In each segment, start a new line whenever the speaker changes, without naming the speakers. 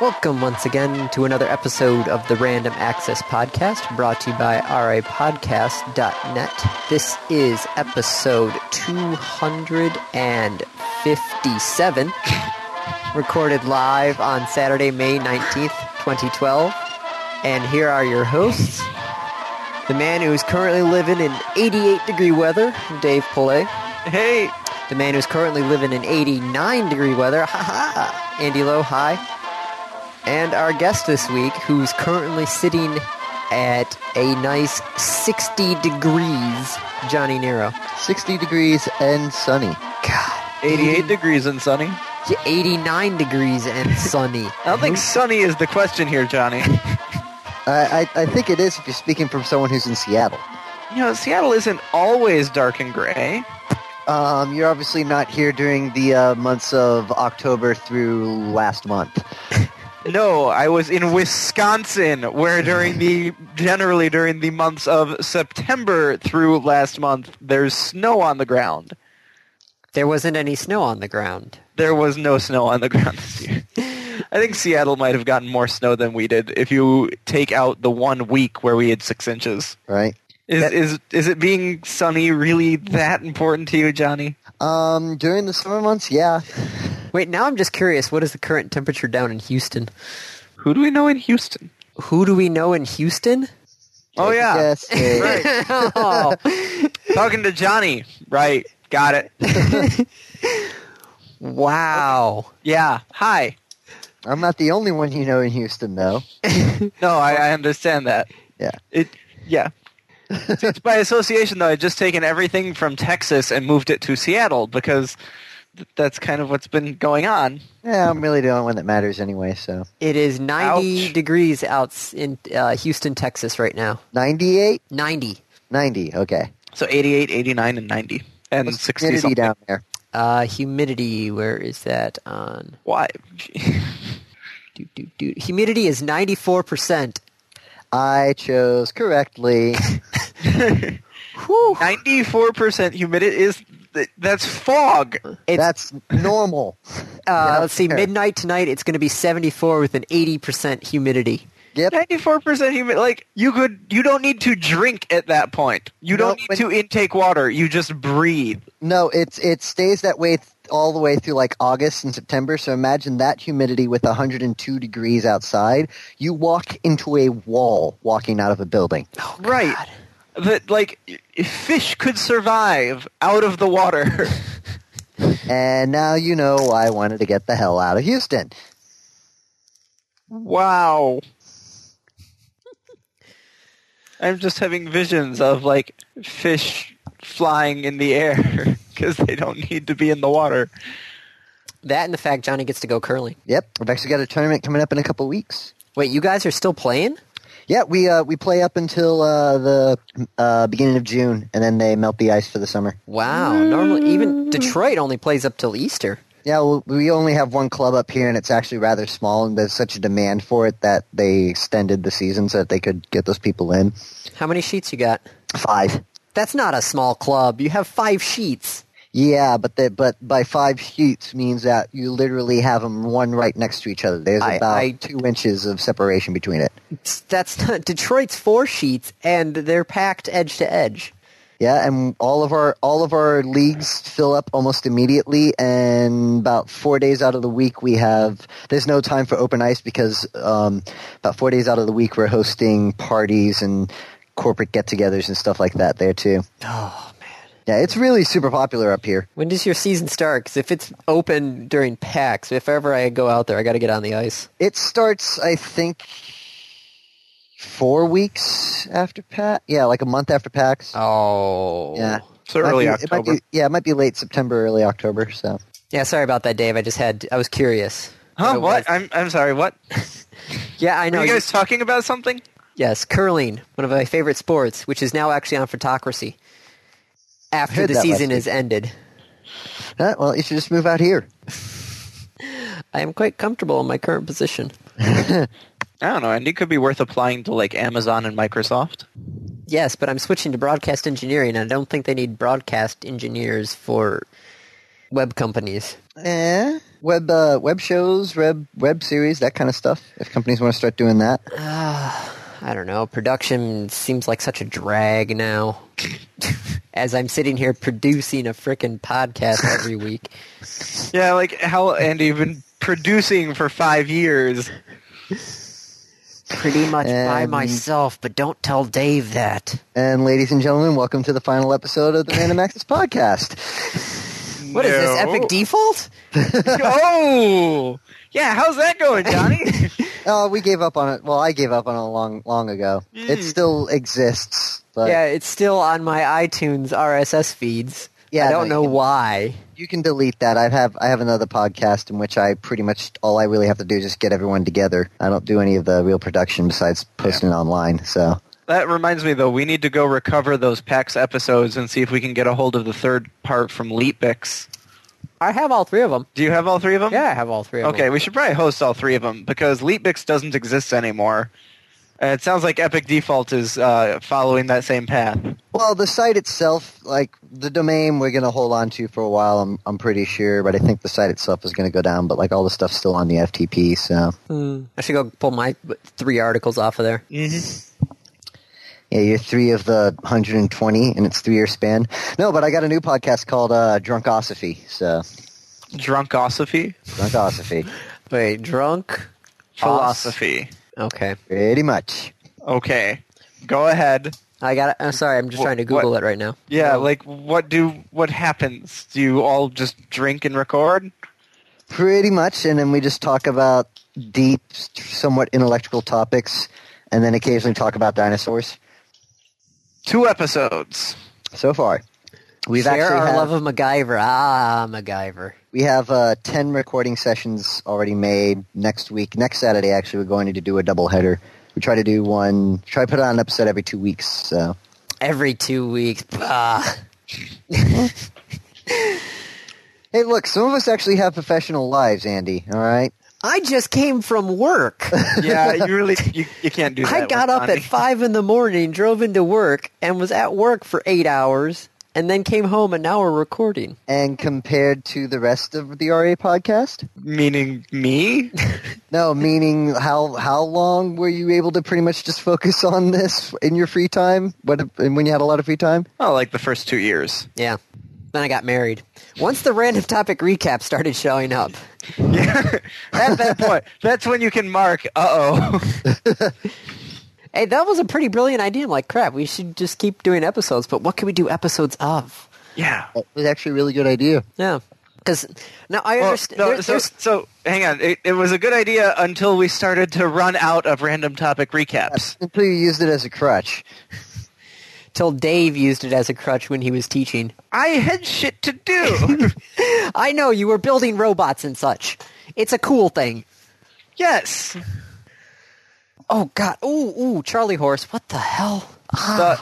Welcome once again to another episode of the Random Access Podcast brought to you by rapodcast.net. This is episode 257, recorded live on Saturday, May 19th, 2012. And here are your hosts the man who is currently living in 88 degree weather, Dave Pillay.
Hey,
The man who's currently living in 89 degree weather. Ha ha! Andy Lowe, hi. And our guest this week, who's currently sitting at a nice 60 degrees, Johnny Nero.
60 degrees and sunny.
God.
88 degrees and sunny. I
Yeah, 89 degrees and sunny.
don't think sunny is the question here, Johnny.
I, I, I think it is if you're speaking from someone who's in Seattle.
You know, Seattle isn't always dark and gray.
Um, you're obviously not here during the uh, months of October through last month.
No, I was in Wisconsin, where during the generally during the months of September through last month, there's snow on the ground.
There wasn't any snow on the ground.
There was no snow on the ground this year. I think Seattle might have gotten more snow than we did if you take out the one week where we had six inches.
Right.
Is
That-
is is it being sunny really that important to you, Johnny?
Um, during the summer months, yeah.
Wait, now I'm just curious what is the current temperature down in Houston?
Who do we know in Houston?
Who do we know in Houston?
Oh yeah,
Yes.
Right.
Oh.
talking to Johnny. Right, got it.
wow.
Yeah, hi.
I'm not the only one you know in Houston, though.
No, I, I understand that.
Yeah.
It, yeah. Since by association, though, I'd just taken everything from Texas and moved it to Seattle because th- that's kind of what's been going on.
Yeah, I'm really the only one that matters anyway, so.
It is 90
Ouch.
degrees out s- in uh, Houston, Texas right now.
98?
90.
90, okay.
So 88, 89, and 90. And
What's the
60
humidity
something.
down there?
Uh, humidity, where is that on?
Why?
Doot, doot, doot. Humidity is 94%.
I chose correctly.
94% humidity is. th- That's fog.
It's,
That's normal.
uh,
yeah,
let's see,
fair.
midnight tonight, it's going to be 74 with an 80% humidity.
Yep.
94% humid. Like you could you don't need to drink at that point. You
No,
don't need
when-
to intake water. You just breathe.
No, it's it stays that way th- all the way through like August and September. So imagine that humidity with 102 degrees outside. You walk into a wall walking out of a building.
Oh,
Right.
God.
That like fish could survive out of the water.
And now you know why I wanted to get the hell out of Houston.
wow. I'm just having visions of like fish flying in the air because they don't need to be in the water.
That and the fact Johnny gets to go curling.
Yep, we've actually got a tournament coming up in a couple weeks.
Wait, you guys are still playing?
Yeah, we uh, we play up until uh, the uh, beginning of June, and then they melt the ice for the summer.
Wow. Normally, even Detroit only plays up till Easter.
Yeah, well, we only have one club up here, and it's actually rather small, and there's such a demand for it that they extended the season so that they could get those people in.
How many sheets you got?
Five.
That's not a small club. You have five sheets.
Yeah, but that but by five sheets means that you literally have them one right next to each other. There's
I-
about
I-
two inches of separation between it.
That's not Detroit's four sheets, and they're packed edge to edge.
Yeah, and all of our all of our leagues fill up almost immediately, and about four days out of the week we have. There's no time for open ice because um, about four days out of the week we're hosting parties and corporate get-togethers and stuff like that there too.
Oh man,
Yeah, it's really super popular up here.
when does your season start? Because if it's open during packs, if ever I go out there, I got to get on the ice.
It starts, I think, four weeks after PAX. Yeah, like a month after PAX.
Oh,
yeah.
So
Might
early
be- it might
October.
be- yeah, it might be late September, early October. So
yeah. Sorry about that, Dave. I just had I was curious.
Huh?
it was-
What? I'm I'm sorry. What?
Yeah, I know.
Are you guys talking about something?
yes, curling, one of my favorite sports, which is now actually on Photocracy. After
Heard
the
that last
season
week.
is ended,
Huh, Uh, well, you should just move out here.
I am quite comfortable in my current position.
I don't know. Andy could be worth applying to like Amazon and Microsoft.
Yes, but I'm switching to broadcast engineering. and I don't think they need broadcast engineers for web companies.
Eh? web uh, web shows, web web series, that kind of stuff. If companies want to start doing that,
I don't know. Production seems like such a drag now. As I'm sitting here producing a frickin' podcast every week.
Yeah, like how and you've been producing for five years.
Pretty much by
Um,
myself, but don't tell Dave that.
and ladies and gentlemen, welcome to the final episode of the Random Access Podcast.
What is this, Epic Default?
oh, yeah. How's that going, Johnny?
Oh, we gave up on it. Well, I gave up on it long long ago. It still exists, but
yeah, it's still on my iTunes RSS feeds.
Yeah,
I don't
no,
know
you-
why.
you can delete that. I have I have another podcast in which I pretty much all I really have to do is just get everyone together. I don't do any of the real production besides posting it online. So
that reminds me, though. We need to go recover those PAX episodes and see if we can get a hold of the third part from Leapix.
I have all three of them.
Do you have all three of them?
Yeah, I have all three of
Um, Okay,
them.
we should probably host all three of them because Leapix doesn't exist anymore. And it sounds like Epic Default is uh, following that same path.
Well, the site itself, like the domain, we're going to hold on to for a while. I'm I'm pretty sure, but I think the site itself is going to go down. But like all the stuff's still on the FTP. So
Hmm. I should go pull my three articles off of there. Mm-hmm.
yeah, you're three of the 120 in its three year span. No, but I got a new podcast called uh, Drunkosophy. So
Drunkosophy?
Drunkosophy,
Wait, drunk?
Philosophy.
Okay.
pretty much.
Okay. Go ahead.
I got it. I'm sorry, I'm just
Wh-
trying to Google
what-
it right now.
Yeah, like what do what happens? Do you all just drink and record?
Pretty much, and then we just talk about deep, somewhat intellectual topics, and then occasionally talk about dinosaurs.
Two episodes.
So far, we've
Share
actually
our
have-
love of MacGyver. Ah, MacGyver.
We have uh, 10 recording sessions already made next week. Next Saturday, actually, we're going to do a double header. We try to do one, try to put on an episode every two weeks. So
Every two weeks. Ah.
Hey, look, some of us actually have professional lives, Andy, all right?
I just came from work.
Yeah, you really you, you can't do that.
I
with
got up
Johnny.
at five in the morning, drove into work, and was at work for eight hours, and then came home and now we're recording.
And compared to the rest of the RA podcast?
meaning me?
No, meaning how how long were you able to pretty much just focus on this in your free time? What and when you had a lot of free time?
Oh, like the first two years.
Yeah. Then I got married. Once the random topic recap started showing up,
Yeah. at that point. That's when you can mark, uh oh.
hey, that was a pretty brilliant idea. I'm like, crap, we should just keep doing episodes, but what can we do episodes of?
yeah.
That was actually a really good idea.
Yeah. Because now I
Well,
understand.
no,
there-
so,
there's-
so hang on. It, it was a good idea until we started to run out of random topic recaps.
Until you used it as a crutch.
till Dave used it as a crutch when he was teaching.
I had shit to do.
I know you were building robots and such. It's a cool thing.
yes.
Oh God! Ooh, ooh, Charlie horse! What the hell?
The,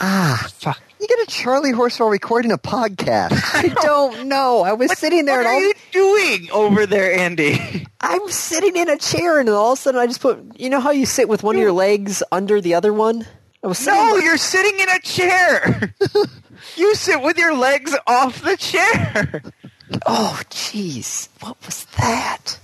ah, fuck.
You get a Charlie horse while recording a podcast.
I don't know. I was sitting there,
What
and all,
are you doing over there, Andy?
I'm sitting in a chair, and all of a sudden, I just put. You know how you sit with one of your legs under the other one? I was sitting.
No, you're sitting in a chair. you sit with your legs off the chair.
Oh, jeez! What was that?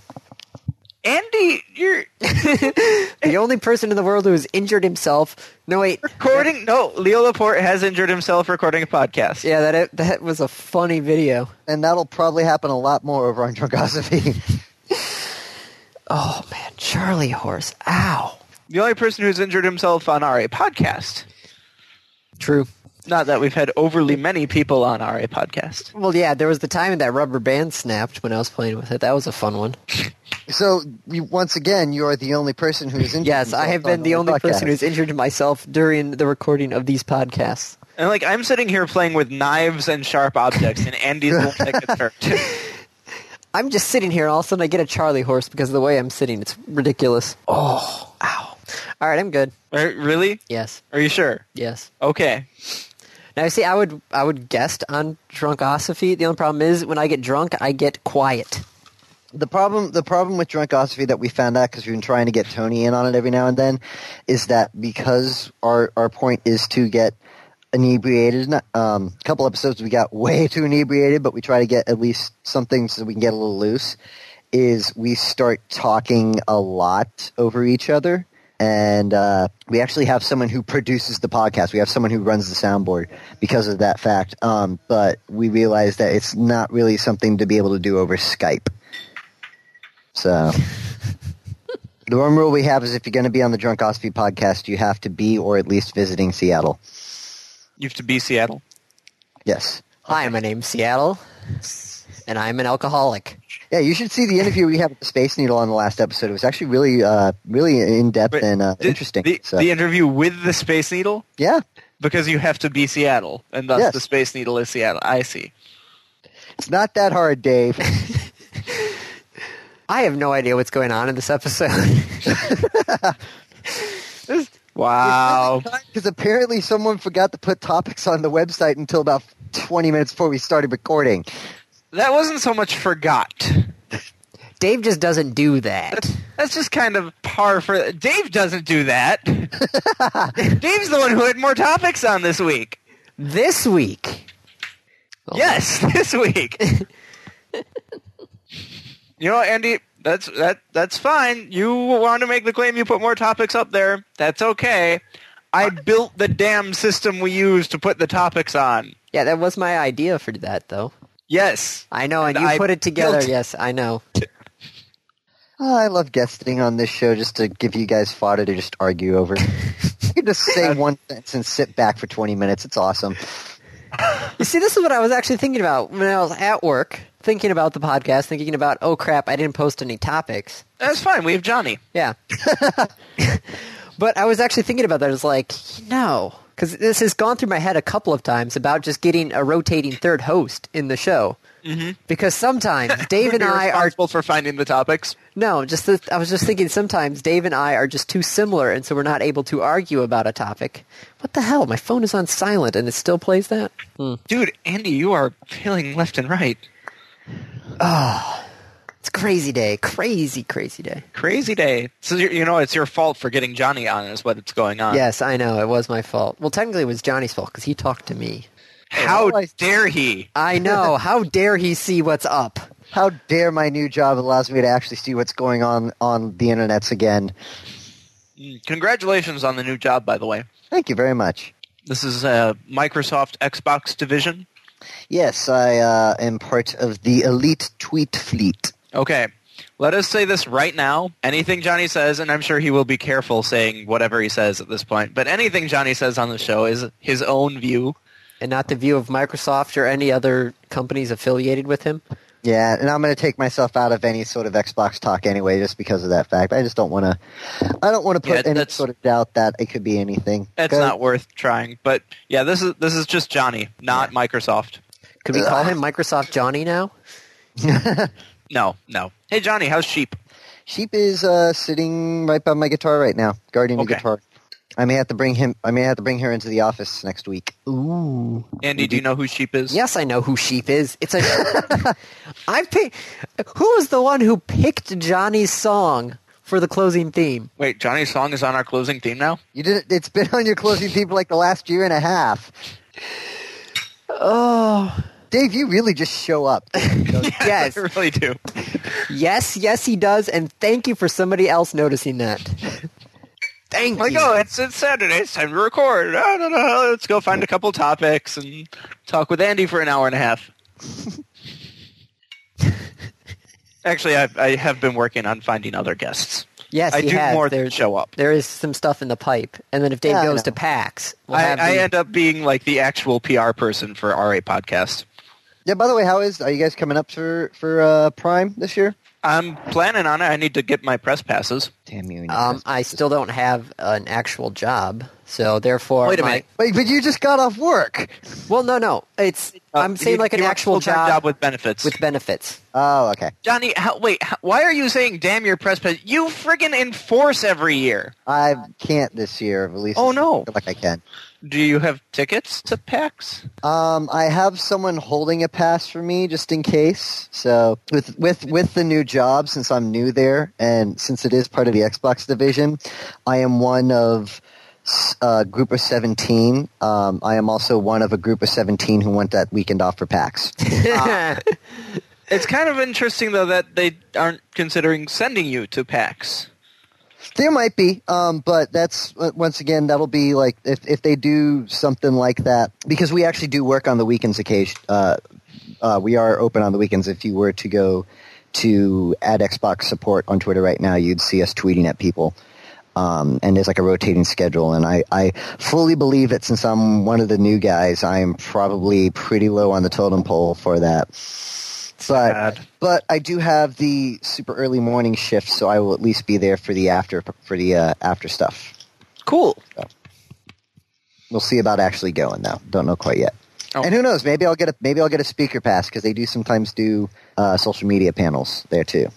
Andy, you're
The only person in the world who has injured himself. No, wait.
recording. No, Leo Laporte has injured himself recording a podcast.
Yeah, that that was a funny video.
and that'll probably happen a lot more over on Drunkosophy.
Oh man, Charlie horse! Ow.
The only person who's injured himself on our podcast.
True.
Not that we've had overly many people on our podcast.
Well, yeah, there was the time that rubber band snapped when I was playing with it. That was a fun one.
so, you, once again, you are the only person who's in.
Yes, I have been the only person who's injured myself during the recording of these podcasts.
And like I'm sitting here playing with knives and sharp objects, and Andy's the one that gets hurt.
I'm just sitting here, and all of a sudden I get a Charlie horse because of the way I'm sitting. It's ridiculous. Oh, ow. All right, I'm good.
Are- really?
Yes,
Are you sure?
yes.
Okay.
Now, see, I would I would guest on drunkosophy. The only problem is when I get drunk, I get quiet.
The problem, the problem with Drunkosophy that we found out because we've been trying to get Tony in on it every now and then, is that because our our point is to get inebriated. Not- Um, a couple episodes we got way too inebriated, but we try to get at least something so we can get a little loose. Is we start talking a lot over each other. And uh, we actually have someone who produces the podcast. We have someone who runs the soundboard because of that fact. Um, but we realize that it's not really something to be able to do over Skype. So the one rule we have is if you're going to be on the Drunk Ospie podcast, you have to be or at least visiting Seattle.
You have to be Seattle.
Yes.
Hi, my name's Seattle, and I'm an alcoholic.
Yeah, you should see the interview we had with the Space Needle on the last episode. It was actually really, uh, really in depth
But
and uh,
the-
interesting.
The,
so,
the interview with the Space Needle
yeah,
because you have to be Seattle, and thus
Yes.
the Space Needle is Seattle. I see.
it's not that hard, Dave.
I have no idea what's going on in this episode.
Wow.
Because apparently someone forgot to put topics on the website until about 20 minutes before we started recording.
that wasn't so much forgot.
Dave just doesn't do that.
That's just kind of par for. Dave doesn't do that. Dave's the one who had more topics on this week.
This week, Oh.
Yes, this week. you know, Andy, that's that that's fine. You want to make the claim you put more topics up there. That's okay. I built the damn system we use to put the topics on.
yeah, that was my idea for that, though.
Yes.
I know, and,
And
you
I
put it together.
built-
Yes, I know.
Oh, I love guesting on this show just to give you guys fodder to just argue over. you can just say one sentence and sit back for 20 minutes. It's awesome.
You see, this is what I was actually thinking about when I was at work, thinking about the podcast, thinking about, oh crap, I didn't post any topics.
That's fine. We have Johnny.
Yeah. but I was actually thinking about that. It's like, no. Because this has gone through my head a couple of times about just getting a rotating third host in the show. Mm-hmm. Because sometimes Dave
Would
and
be
I are
responsible for finding the topics.
no, just the, I was just thinking sometimes Dave and I are just too similar, and so we're not able to argue about a topic. What the hell? My phone is on silent, and it still plays that.
Dude, Andy, you are failing left and right.
It's crazy day, crazy crazy day.
Crazy day. So you you know it's your fault for getting Johnny on is what's going on.
Yes, I know it was my fault. Well, technically, it was Johnny's fault because he talked to me.
How
Well, I-
dare he?
I know. How dare he see what's up?
How dare my new job allows me to actually see what's going on on the internets again.
Mm, Congratulations on the new job, by the way.
Thank you very much.
This is uh, Microsoft Xbox division.
Yes, I uh, am part of the elite tweet fleet.
Okay, let us say this right now. Anything Johnny says, and I'm sure he will be careful saying whatever he says at this point, but anything Johnny says on the show is his own view.
and not the view of Microsoft or any other companies affiliated with him.
Yeah, and I'm going to take myself out of any sort of Xbox talk anyway, just because of that fact. I just don't want to. I don't want to
Yeah,
put any
that's-
sort of doubt that it could be anything.
It's
Go-
not worth trying. But yeah, this is this is just Johnny, not Microsoft.
Could we call him Microsoft Johnny now?
No, no. Hey Johnny, how's sheep?
Sheep is uh, sitting right by my guitar right now, guarding
Okay.
the guitar. I may have to bring him. I may have to bring her into the office next week.
Ooh.
Andy, do you know who sheep is?
Yes, I know who Sheep is. It's a. I pick. Who was the one who picked Johnny's song for the closing theme?
Wait, Johnny's song is on our closing theme now?
You did. It's been on your closing theme for like the last year and a half.
Oh.
Dave, you really just show up.
Yes.
I really do.
Yes, yes, he does. And thank you for somebody else noticing that. Thank
Like,
you.
oh, it's it's Saturday. It's time to record. Ah, I don't know. Let's go find a couple topics and talk with Andy for an hour and a half. Actually, I, I have been working on finding other guests.
Yes,
I
he
do
has.
more
there,
than show up.
there is some stuff in the pipe. And then if Dave
Yeah, I
goes
know.
to PAX, we'll
I,
have
I
the-
end up being like the actual PR person for RA podcast.
yeah. By the way, how is? Are you guys coming up for for uh, Prime this year?
I'm planning on it. I need to get my press passes.
Damn you! and your
Um,
husband.
I still don't have an actual job, so therefore,
Wait a
my-
minute.
Wait, but you just got off work.
Well, no, no, it's
Uh,
I'm saying
you-
like an
you want a
actual
full-time
job, with,
with benefits.
benefits.
Oh, okay.
Johnny, how, wait, how, why are you saying damn your press pass? You friggin' enforce every year.
I can't this year. At least.
Oh, no.
I feel like I can.
Do you have tickets to PAX?
Um, I have someone holding a pass for me just in case. So with with with the new job, since I'm new there, and since it is part of the Xbox division, I am one of uh, group of 17. Um, I am also one of a group of 17 who went that weekend off for PAX.
Uh,
It's kind of interesting though that they aren't considering sending you to PAX.
There might be, um, but that's uh, once again that'll be like if if they do something like that because we actually do work on the weekends. Occasion, uh, uh, we are open on the weekends. If you were to go to add Xbox support on Twitter right now, you'd see us tweeting at people. Um, and there's like a rotating schedule, and I, I fully believe that since I'm one of the new guys, I'm probably pretty low on the totem pole for that. But
Sad.
but I do have the super early morning shift, so I will at least be there for the after for the uh, after stuff.
Cool.
We'll see about actually going though. Don't know quite yet.
Oh.
And who knows? Maybe I'll get a maybe I'll get a speaker pass because they do sometimes do uh, social media panels there too.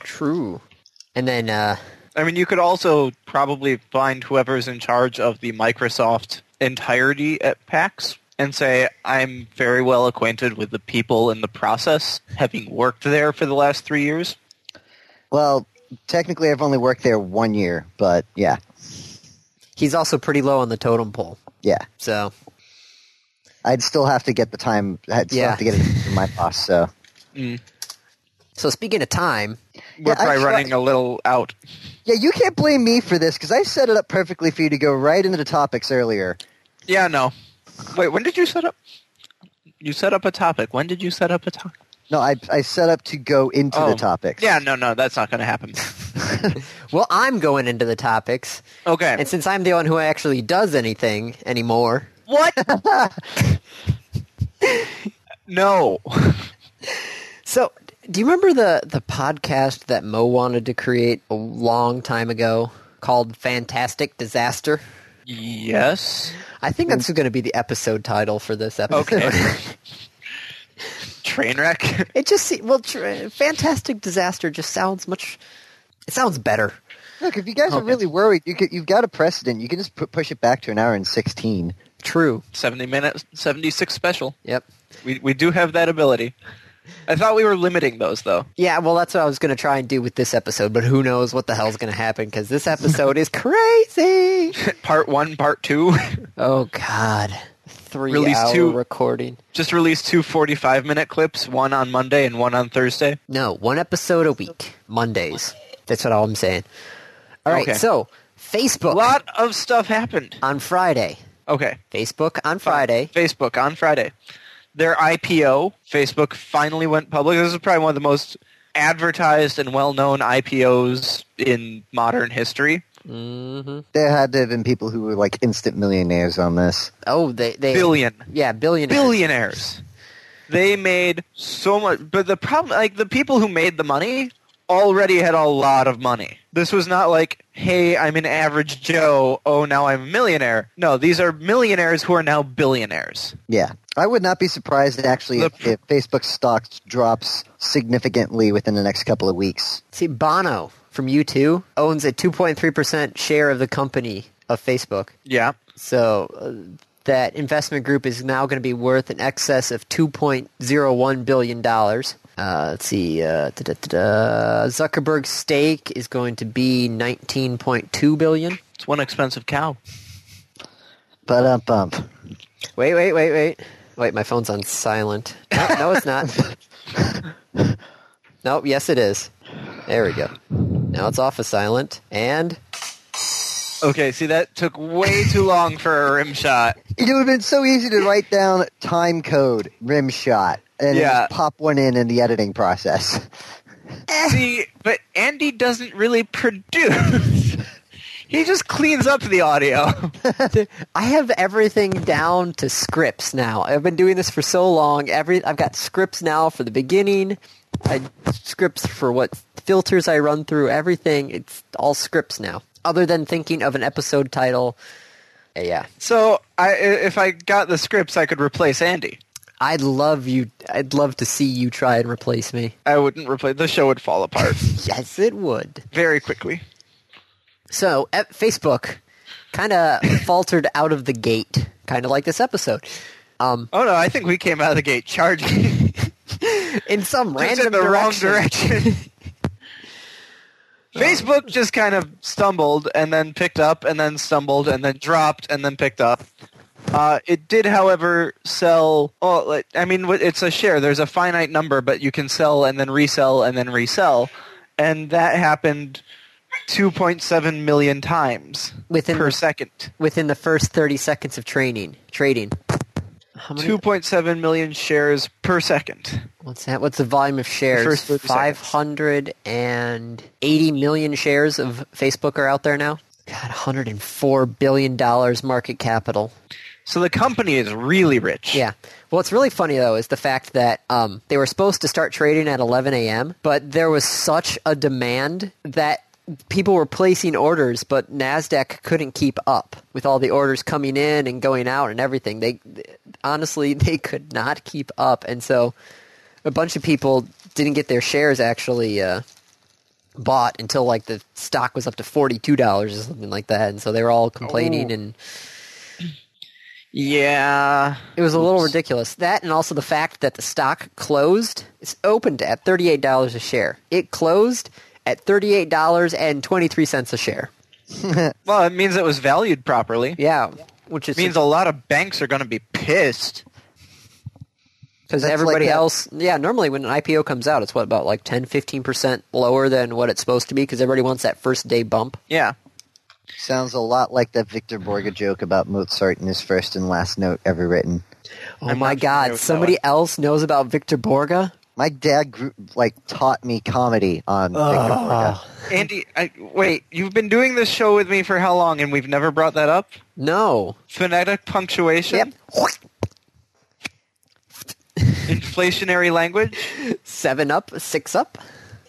True. And then uh,
I mean, you could also probably find whoever's in charge of the Microsoft entirety at PAX and say, I'm very well acquainted with the people and the process, having worked there for the last three years.
Well, technically, I've only worked there one year, but yeah,
he's also pretty low on the totem pole.
yeah,
So
I'd still have to get the time. I'd still
Yeah.
have to get it from my boss. So
so speaking of time,
We're
Yeah, I
probably
tried-
running a little out.
yeah, you can't blame me for this because I set it up perfectly for you to go right into the topics earlier.
Yeah, no. Wait, when did you set up? You set up a topic. When did you set up a topic?
No, I I set up to go into
Oh.
the topics.
Yeah, no, no, that's not going to happen.
well, I'm going into the topics,
Okay.
and since I'm the one who actually does anything anymore,
what? no.
so do you remember the the podcast that Mo wanted to create a long time ago called Fantastic Disaster?
Yes.
I think that's going to be the episode title for this episode.
Okay. Train wreck.
It just se- well, tr- fantastic disaster just sounds much. It sounds better.
Look, if you guys are really worried, you could, you've got a precedent. You can just pu- push it back to an hour and sixteen.
True.
70 minutes, 76 special.
Yep.
We, we do have that ability. I thought we were limiting those, though.
Yeah. Well, that's what I was going to try and do with this episode, but who knows what the hell's going to happen because this episode is crazy.
Part one, part two.
Oh God. Three
Release
hour
two.
recording.
Just released two 45 minute clips, one on Monday and one on Thursday.
No, one episode a week, Mondays. That's what all I'm saying. All right.
Okay.
So Facebook
A lot of stuff happened.
on Friday.
Okay.
Facebook on Friday.
Facebook on Friday. Their IPO, Facebook finally went public. This is probably one of the most advertised and well known IPOs in modern history. Mm-hmm.
hmm
There had to have been people who were like instant millionaires on this.
Oh, they they
Billion.
Yeah, billion
billionaires. They made so much, but the problem, like the people who made the money, already had a lot of money. This was not like, hey, I'm an average Joe. Oh, now I'm a millionaire. No, these are millionaires who are now billionaires.
Yeah, I would not be surprised actually
The
if,
pr-
if Facebook stock drops significantly within the next couple of weeks.
See, Bono from U2 owns a 2.3% share of the company of Facebook.
Yeah,
So uh, that investment group is now going to be worth in excess of $2.01 billion. Uh, let's see. Uh, da, da, da, da. Zuckerberg's stake is going to be 19.2 billion.
it's one expensive cow.
But um, bump.
Wait, wait, wait, wait. Wait, my phone's on silent. No, no it's not. nope, yes it is. There we go. Now it's off of silent. And
Okay, see that took way too long for a rim shot.
It would have been so easy to write down time code rim shot and
Yeah.
just pop one in in the editing process.
See, but Andy doesn't really produce. he just cleans up the audio.
I have everything down to scripts now. I've been doing this for so long. Every I've got scripts now for the beginning. I scripts for what filters I run through. Everything. It's all scripts now. Other than thinking of an episode title. Uh, Yeah,
So, I, if I got the scripts, I could replace Andy.
I'd love you. I'd love to see you try and replace me.
I wouldn't replace. The show would fall apart
Yes, it would.
very quickly.
So at Facebook kind of faltered out of the gate, kind of like this episode. Um,
Oh no, I think we came out of the gate charging,
in some
just
random
in the wrong direction. Facebook just kind of stumbled and then picked up and then stumbled and then dropped and then picked up. Uh, it did, however, sell. Oh, like- I mean, wh- it's a share. There's a finite number, but you can sell and then resell and then resell, and that happened 2.7 million times
Within
per
the-
second.
within the first 30 seconds of training trading. How many?
2.7 million shares per second.
What's that? What's the volume of shares?
first 30 seconds.
580 million shares of Facebook are out there now. God, 104 billion dollars market capital.
So the company is really rich.
Yeah. Well, what's really funny though is the fact that um, they were supposed to start trading at 11 a.m., but there was such a demand that people were placing orders, but Nasdaq couldn't keep up with all the orders coming in and going out and everything. They honestly they could not keep up, and so a bunch of people didn't get their shares actually. Uh, bought until like the stock was up to $42 or something like that and so they were all complaining and
Yeah.
It was a little ridiculous. That and also the fact that the stock closed, it's opened at $38 a share. It closed at $38.23 a share.
Well, it means it was valued properly.
Yeah, which is
It means a lot of banks are going to be pissed.
because
That's
everybody
like a-
else, yeah, normally when an IPO comes out, it's what about like 10 15% lower than what it's supposed to be because everybody wants that first day bump.
Yeah.
Sounds a lot like that Victor Borga joke about Mozart in his first and last note ever written.
Oh
I'm
my
not familiar
god,
with that
somebody
one.
else knows about Victor Borga?
My dad grew, like taught me comedy on Victor Borga.
Andy, I, wait, you've been doing this show with me for how long and we've never brought that up?
No.
Phonetic punctuation?
Yep.
Inflationary language?
7 up, 6 up.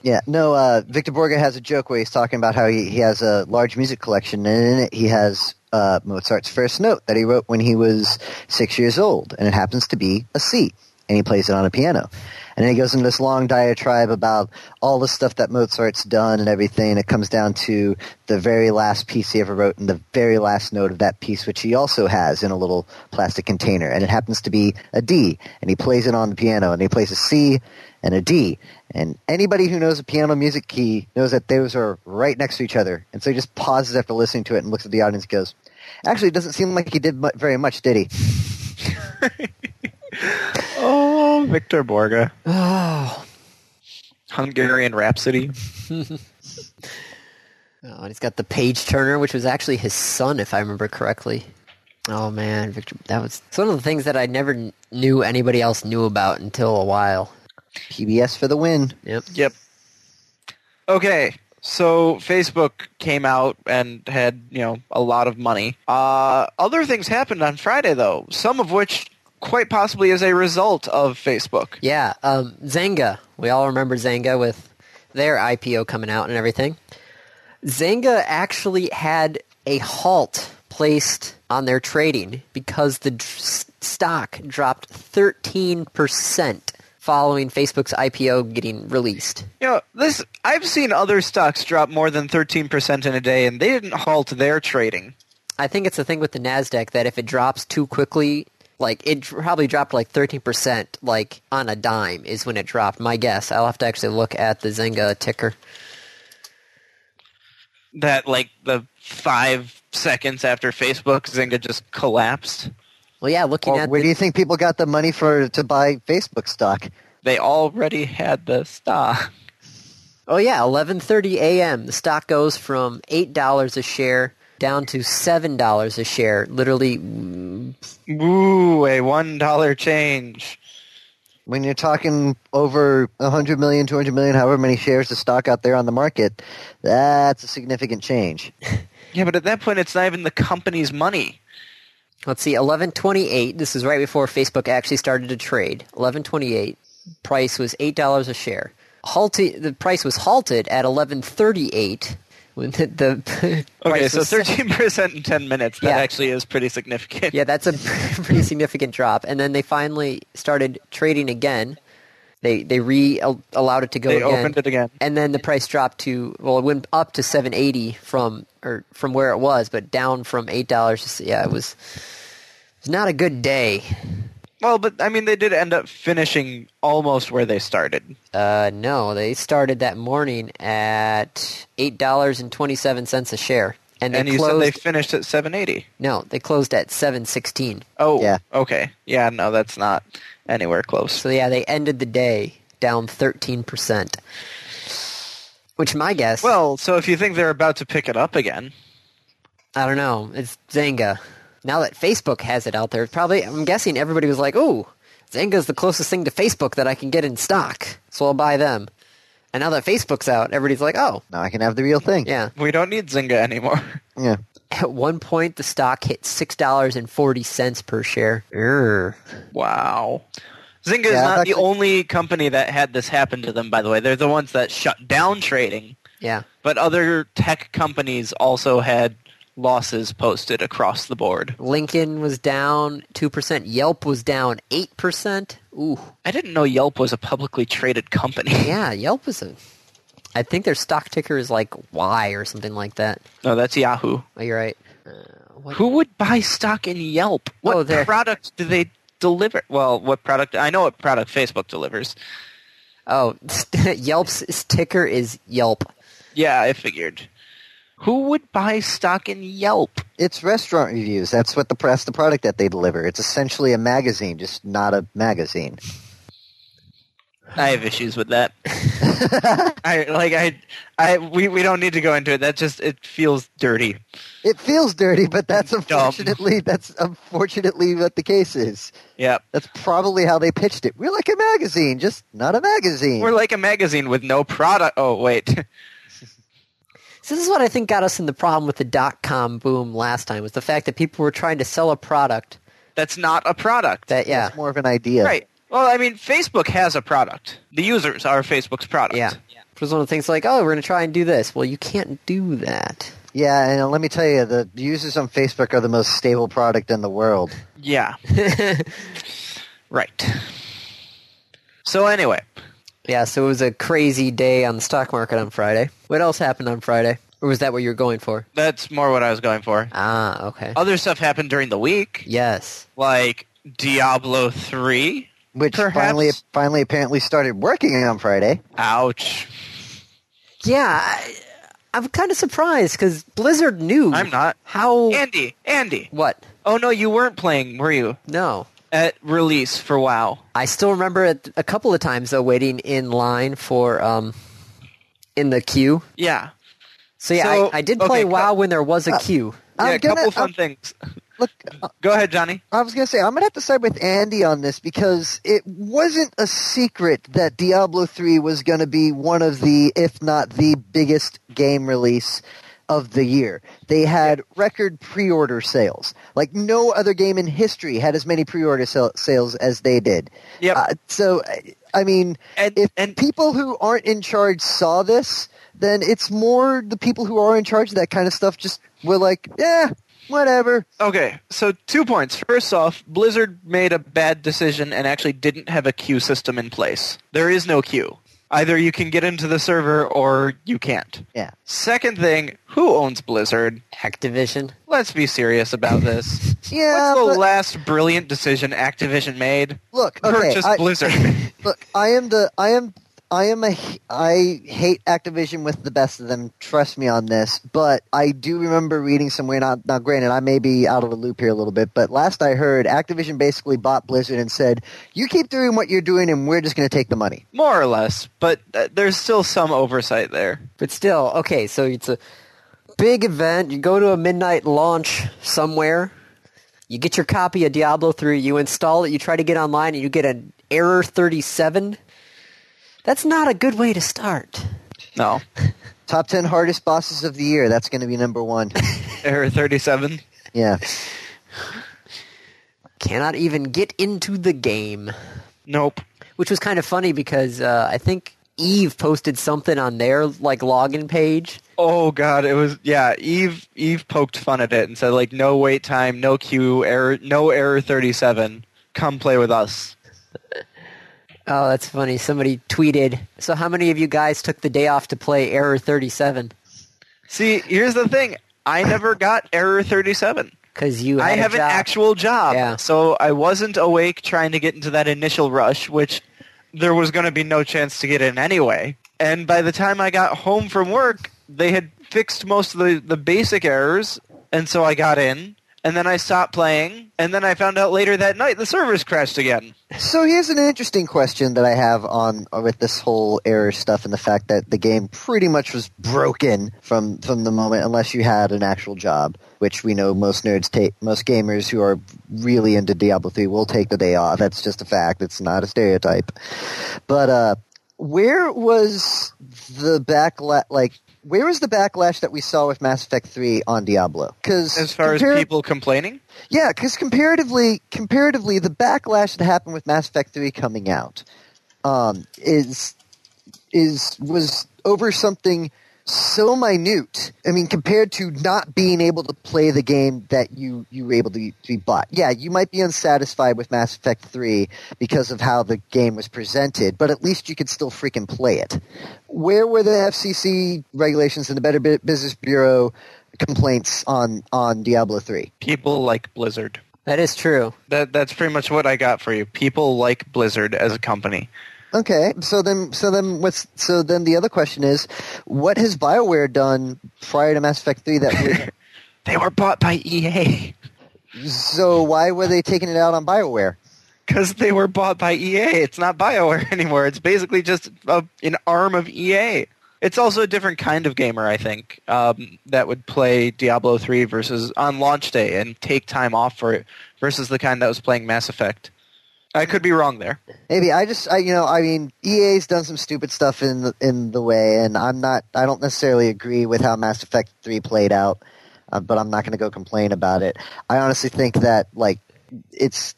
Yeah, no. Uh, Victor Borga has a joke where he's talking about how he, he has a large music collection, and in it he has uh, Mozart's first note that he wrote when he was six years old, and it happens to be a C, and he plays it on a piano. And then he goes into this long diatribe about all the stuff that Mozart's done and everything. and It comes down to the very last piece he ever wrote and the very last note of that piece, which he also has in a little plastic container. And it happens to be a D. And he plays it on the piano. And he plays a C and a D. And anybody who knows a piano music key knows that those are right next to each other. And so he just pauses after listening to it and looks at the audience and goes, Actually, it doesn't seem like he did mu- very much, did he?
Oh, Victor Borga.
Oh.
Hungarian Rhapsody.
Oh, and he's got the Page Turner, which was actually his son, if I remember correctly. Oh man, Victor, that was it's one of the things that I never kn- knew anybody else knew about until a while.
PBS for the win.
Yep.
Yep. Okay, so Facebook came out and had you know a lot of money. Uh, other things happened on Friday though, some of which quite possibly is a result of Facebook.
Yeah. Um, Zanga. We all remember Zanga with their IPO coming out and everything. Zanga actually had a halt placed on their trading because the dr- s- stock dropped 13% following Facebook's IPO getting released.
You know this. I've seen other stocks drop more than thirteen percent in a day, and they didn't halt their trading.
I think it's the thing with the Nasdaq that if it drops too quickly, like it dr- probably dropped like thirteen percent, like on a dime is when it dropped. My guess. I'll have to actually look at the Zynga ticker.
That like the five seconds after Facebook, Zynga just collapsed.
Well, yeah, looking
Well,
at
Oh, where
the,
do you think people got the money for to buy Facebook stock?
They already had the stock.
oh yeah, eleven thirty a.m. The stock goes from eight dollars a share down to seven dollars a share. Literally, mm,
Ooh, a one dollar change.
when you're talking over 100 million, 200 million, however many shares of stock out there on the market, that's a significant change.
Yeah, but at that point, it's not even the company's money.
let's see, eleven twenty eight. This is right before Facebook actually started to trade. Eleven twenty eight. Price was eight dollars a share. Halted. The price was halted at eleven thirty eight. When the, the
Okay,
price
so
was-
thirteen percent in ten minutes. That
Yeah.
actually is pretty significant.
Yeah, that's a pretty significant drop. And then they finally started trading again. They they re al- allowed it to go
They
again.
opened it again.
And then the price dropped to well, it went up to 780 from or from where it was, but down from eight dollars. Yeah, it was it's not a good day.
Well, but I mean, they did end up finishing almost where they started.
Uh, no, they started that morning at eight dollars and twenty seven cents a share, and they
and you
closed.
said they finished at 780.
no, they closed at seven sixteen.
Oh,
Yeah.
Okay. Yeah, no, that's not anywhere close.
So yeah, they ended the day down thirteen percent. Which my guess,
Well, so if you think they're about to pick it up again,
I don't know, it's Zanga. Now that Facebook has it out there, probably I'm guessing everybody was like, "Ooh, Zanga's the closest thing to Facebook that I can get in stock, so I'll buy them." And now that Facebook's out, everybody's like, "Oh,
Now I can have the real thing.
yeah."
we don't need Zynga anymore.
Yeah.
At one point, the stock hit six dollars and forty cents per share. Err.
Wow. Zynga is
Yeah,
not
that's
the
actually-
only company that had this happen to them, by the way. They're the ones that shut down trading,
Yeah.
but other tech companies also had losses posted across the board.
Lincoln was down two percent. Yelp was down eight percent. Ooh.
I didn't know Yelp was a publicly traded company.
Yeah, Yelp was a. I think their stock ticker is like Y or something like that.
No, that's Yahoo.
Oh, you're right. Uh, what-
Who would buy stock in Yelp?
Oh,
What
there-
product do they deliver? Well, what product? I know what product Facebook delivers.
Oh, Yelp's ticker is Yelp.
Yeah, I figured. Who would buy stock in Yelp?
It's restaurant reviews. That's what the press, the product that they deliver. It's essentially a magazine, just not a magazine.
I have issues with that. I like I I we, we don't need to go into it. That just it feels dirty.
It feels dirty, but that's unfortunately that's unfortunately what the case is.
Yeah.
That's probably how they pitched it. We're like a magazine, just not a magazine.
We're like a magazine with no product. Oh wait.
So this is what I think got us in the problem with the dot com boom last time was the fact that people were trying to sell a product
That's not a product.
that yeah
It's more of an idea.
Right. Well, I mean, Facebook has a product. The users are Facebook's product.
Yeah. It was one of the things like, oh, we're going to try and do this. Well, you can't do that.
Yeah, and let me tell you, the users on Facebook are the most stable product in the world.
Yeah. right. So anyway,
Yeah, so it was a crazy day on the stock market on Friday. What else happened on Friday? Or was that what you were going for?
that's more what I was going for.
Ah, okay.
Other stuff happened during the week,
Yes.
like Diablo 3.
Which
Perhaps-
finally, finally, apparently started working on Friday.
Ouch.
Yeah, I, I'm kind of surprised because Blizzard knew.
I'm not.
Oh.
How?
Andy, Andy.
what?
Oh no, you weren't playing, were you?
No.
At release for WoW.
I still remember it a couple of times though, waiting in line for um, in the queue.
Yeah.
So yeah,
So,
I, I did
okay, uh,
play
cut.
WoW when there was a queue.
yeah, a
I'm
couple
gonna,
fun
I'm-
things.
look, uh,
Go ahead, Johnny.
I was gonna say I'm gonna have to side with Andy on this because it wasn't a secret that Diablo three was gonna be one of the, if not the biggest game release of the year. They had record pre-order sales. Like no other game in history had as many pre-order sal- sales as they did.
Yep.
Uh, so, I- I mean,
And-
if
and-
people who aren't in charge saw this, then it's more the people who are in charge of that kind of stuff just were like, yeah, whatever.
Okay, so two points. First off, Blizzard made a bad decision and actually didn't have a queue system in place. There is no queue. Either you can get into the server or you can't.
Yeah.
Second thing, who owns Blizzard?
Activision.
Let's be serious about this.
Yeah.
What's
but-
the last brilliant decision Activision made?
Look, okay,
Purchase
I,
Blizzard.
look, I am the, I am, I am a, I hate Activision with the best of them. Trust me on this, but I do remember reading somewhere. Now, now, granted, I may be out of the loop here a little bit, but last I heard, Activision basically bought Blizzard and said, "You keep doing what you're doing, and we're just going to take the money."
More or less, but uh, there's still some oversight there.
But still, okay, so it's a big event. You go to a midnight launch somewhere. You get your copy of Diablo 3, you install it, you try to get online, and you get an error 37. That's not a good way to start.
No.
Top ten hardest bosses of the year. That's going to be number one.
Error 37.
yeah.
Cannot even get into the game.
Nope.
Which was kind of funny because uh, I think Eve posted something on their like login page.
Oh god, it was yeah. Eve Eve poked fun at it and said like, no wait time, no queue, error, no error thirty seven. Come play with us.
Oh, that's funny. Somebody tweeted, "So how many of you guys took the day off to play Error 37?"
See, here's the thing. I never got error thirty seven.
because you. Had
I have
a
an
job.
actual job.
Yeah.
So I wasn't awake trying to get into that initial rush, which there was going to be no chance to get in anyway. And by the time I got home from work, they had fixed most of the, the basic errors, and so I got in. And then I stopped playing, and then I found out later that night the servers crashed again.
So here's an interesting question that I have on with this whole error stuff and the fact that the game pretty much was broken from from the moment unless you had an actual job, which we know most nerds take most gamers who are really into Diablo 3 will take the day off. That's just a fact. It's not a stereotype. But uh where was the backlash like where was the backlash that we saw with Mass Effect 3 on Diablo? Cuz
As far as people complaining,
yeah, because comparatively, comparatively, the backlash that happened with Mass Effect Three coming out um, is is was over something so minute. I mean, compared to not being able to play the game that you you were able to, to be bought. Yeah, you might be unsatisfied with Mass Effect Three because of how the game was presented, but at least you could still freaking play it. Where were the FCC regulations and the Better Bu- Business Bureau complaints on on Diablo Three?
people like Blizzard.
That is true.
That that's pretty much what I got for you. People like Blizzard as a company.
Okay, so then, so then, what's so then? The other question is, what has Bioware done prior to Mass Effect Three that?
They were bought by E EA
We, so why were they taking it out on Bioware?
because they were bought by EA. It's not BioWare anymore. It's basically just a, an arm of EA. It's also a different kind of gamer, I think, um, that would play Diablo three versus on launch day and take time off for it versus the kind that was playing Mass Effect. I could be wrong there.
Maybe I just, I you know, I mean, EA's done some stupid stuff in the, in the way, and I'm not, I don't necessarily agree with how Mass Effect Three played out, uh, but I'm not going to go complain about it. I honestly think that like it's.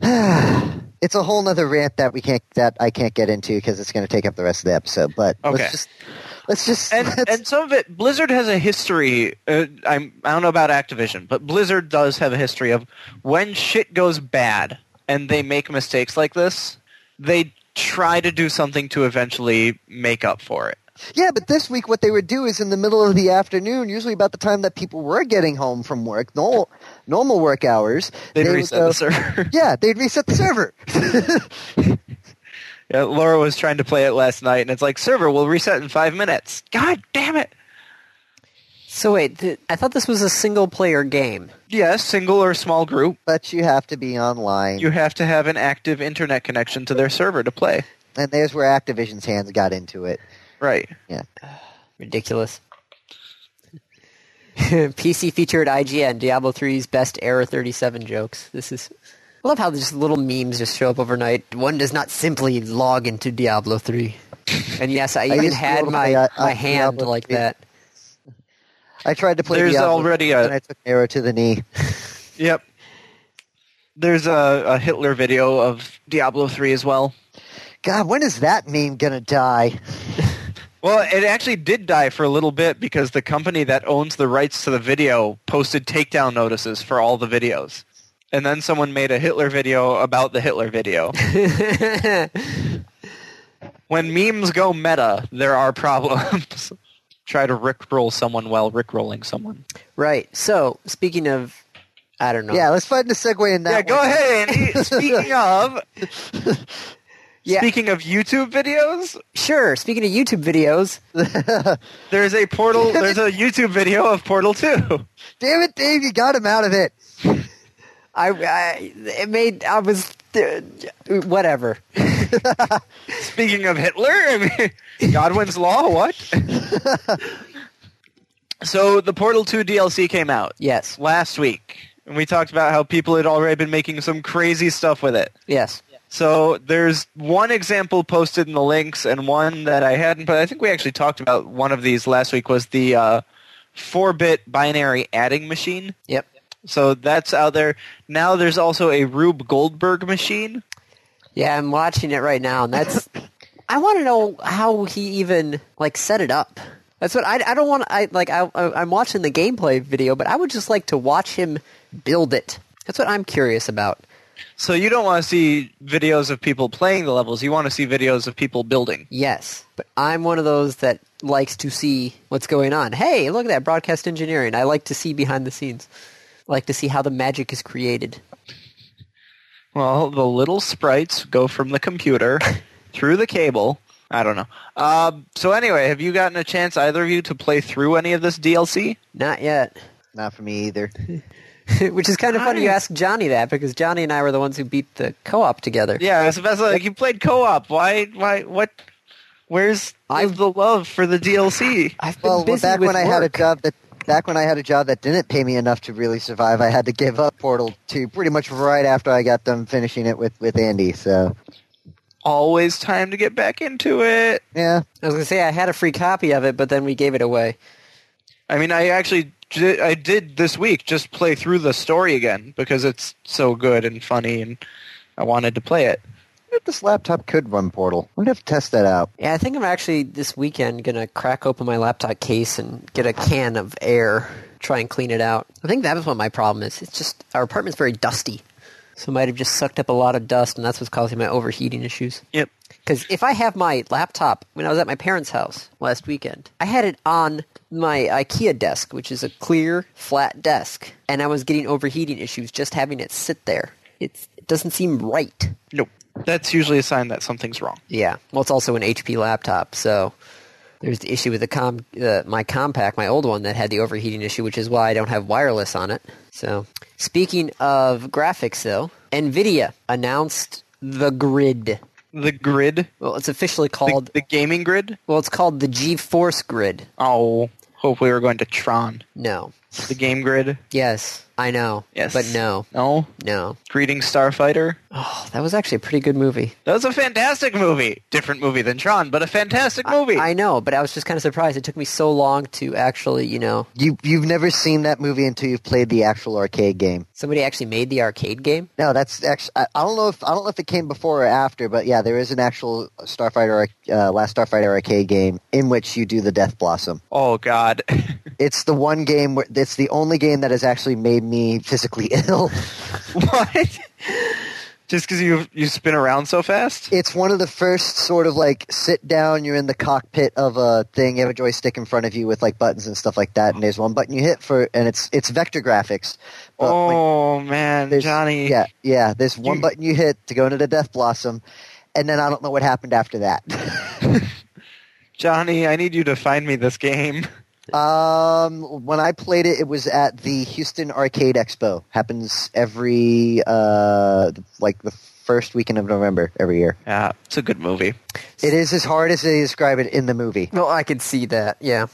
It's a whole nother rant that we can't that I can't get into because it's going to take up the rest of the episode. But
Okay.
let's just let's just
and
let's-
and some of it Blizzard has a history. Uh, I'm I don't know about Activision, but Blizzard does have a history of when shit goes bad and they make mistakes like this, they try to do something to eventually make up for it.
Yeah, but this week what they would do is in the middle of the afternoon, usually about the time that people were getting home from work, normal normal work hours.
They'd
they would
reset
go-
the server.
Yeah, they'd reset the server.
yeah, Laura was trying to play it last night, and it's like server will reset in five minutes. God damn it!
So wait, th- I thought this was a single player game.
Yes, single or small group,
but you have to be online.
you have to have an active internet connection to their server to play.
and there's where Activision's hands got into it.
Right.
Yeah.
Ridiculous. PC featured IGN Diablo 3's best error 37 jokes. This is I love how just little memes just show up overnight. One does not simply log into Diablo 3. And yes, I, even
used to be
had
able to
my
play, uh,
my
uh,
hand
Diablo
like
3.
that.
I tried to play
There's
Diablo,
already a-
and I took an arrow to the knee.
Yep. There's a, a Hitler video of Diablo 3 as well.
God, when is that meme gonna die?
Well, it actually did die for a little bit because the company that owns the rights to the video posted takedown notices for all the videos. And then someone made a Hitler video about the Hitler video. when memes go meta, there are problems. Try to rickroll someone while rickrolling someone.
Right. So, speaking of I don't know.
Yeah, let's find a segue in that.
yeah, go
one.
ahead, Andy. Speaking of,
Yeah.
speaking of YouTube videos,
Sure, speaking of YouTube videos,
There's a portal. There's a YouTube video of Portal Two.
Damn it, Dave, you got him out of it.
I, I it made I was whatever.
Speaking of Hitler, I mean, Godwin's Law. What? so the Portal Two DLC came out
Yes.
last week, and we talked about how people had already been making some crazy stuff with it.
Yes.
So there's one example posted in the links, and one that I hadn't. But I think we actually talked about one of these last week. Was the uh, 4-bit binary adding machine?
Yep.
So that's out there now. There's also a Rube Goldberg machine.
Yeah, I'm watching it right now, and that's. I want to know how he even like set it up. That's what I, I don't want. I like I, I I'm watching the gameplay video, but I would just like to watch him build it. That's what I'm curious about.
So you don't want to see videos of people playing the levels. You want to see videos of people building.
Yes, but I'm one of those that likes to see what's going on. Hey, look at that broadcast engineering. I like to see behind the scenes. Like to see how the magic is created.
Well, the little sprites go from the computer through the cable. I don't know. Um, so anyway, have you gotten a chance, either of you, to play through any of this DLC?
Not yet.
Not for me either.
Which is kind of funny you
Nice.
ask Johnny that because Johnny and I were the ones who beat the co-op together.
Yeah, it's about like you played co-op. Why? Why? What? Where's I the love for the DLC?
I've been
Well, well,
busy
back
with
when I had a
work.
job that back when I had a job that didn't pay me enough to really survive, I had to give up Portal 2 pretty much right after I got done finishing it with with Andy. So
Always time to get back into it.
yeah,
I was gonna say I had a free copy of it, but then we gave it away.
I mean, I actually j- I did this week just play through the story again because it's so good and funny, and I wanted to play it.
Wonder if this laptop could run Portal. I'm gonna have to test that out.
Yeah, I think I'm actually this weekend gonna crack open my laptop case and get a can of air, try and clean it out. I think that was what my problem is. It's just our apartment's very dusty, so it might have just sucked up a lot of dust, and that's what's causing my overheating issues.
Yep.
Because if I have my laptop, when I was at my parents' house last weekend, I had it on my IKEA desk, which is a clear, flat desk, and I was getting overheating issues just having it sit there. It's, it doesn't seem right.
Nope. That's usually a sign that something's wrong.
Yeah. Well, it's also an HP laptop, so there's the issue with the com- uh, my compact, my old one that had the overheating issue, which is why I don't have wireless on it. So, speaking of graphics, though, Nvidia announced the Grid.
The grid,
Well, it's officially
the,
called
the gaming grid.
well, it's called the GeForce Grid.
Oh, hope we were going to Tron.
No.
The game grid.
Yes, I know.
Yes.
But no.
No.
No.
Greeting Starfighter.
Oh, that was actually a pretty good movie.
That was a fantastic movie. Different movie than Tron, but a fantastic movie.
I know, but I was just kind of surprised. It took me so long to actually, you know,
You you've never seen that movie until you've played the actual arcade game.
somebody actually made the arcade game.
No, that's actually I, I don't know if I don't know if it came before or after, but yeah, there is an actual Starfighter arc- uh, Last Starfighter arcade game in which you do the Death Blossom.
oh God.
It's the one game where it's the only game that has actually made me physically ill.
what? Just because you you spin around so fast?
it's one of the first sort of like sit down you're in the cockpit of a thing you have a joystick in front of you with like buttons and stuff like that and there's one button you hit for and it's it's vector graphics but
uh,
when-
oh man,
there's-
Johnny.
yeah yeah there's one
You-
button you hit to go into the death blossom and then i don't know what happened after that
Johnny, I need you to find me this game.
um when i played it it was at the houston arcade expo happens every uh like the first weekend of november every year
Yeah, it's a good movie.
it is as hard as they describe it in the movie
Well, I could see that. Yeah.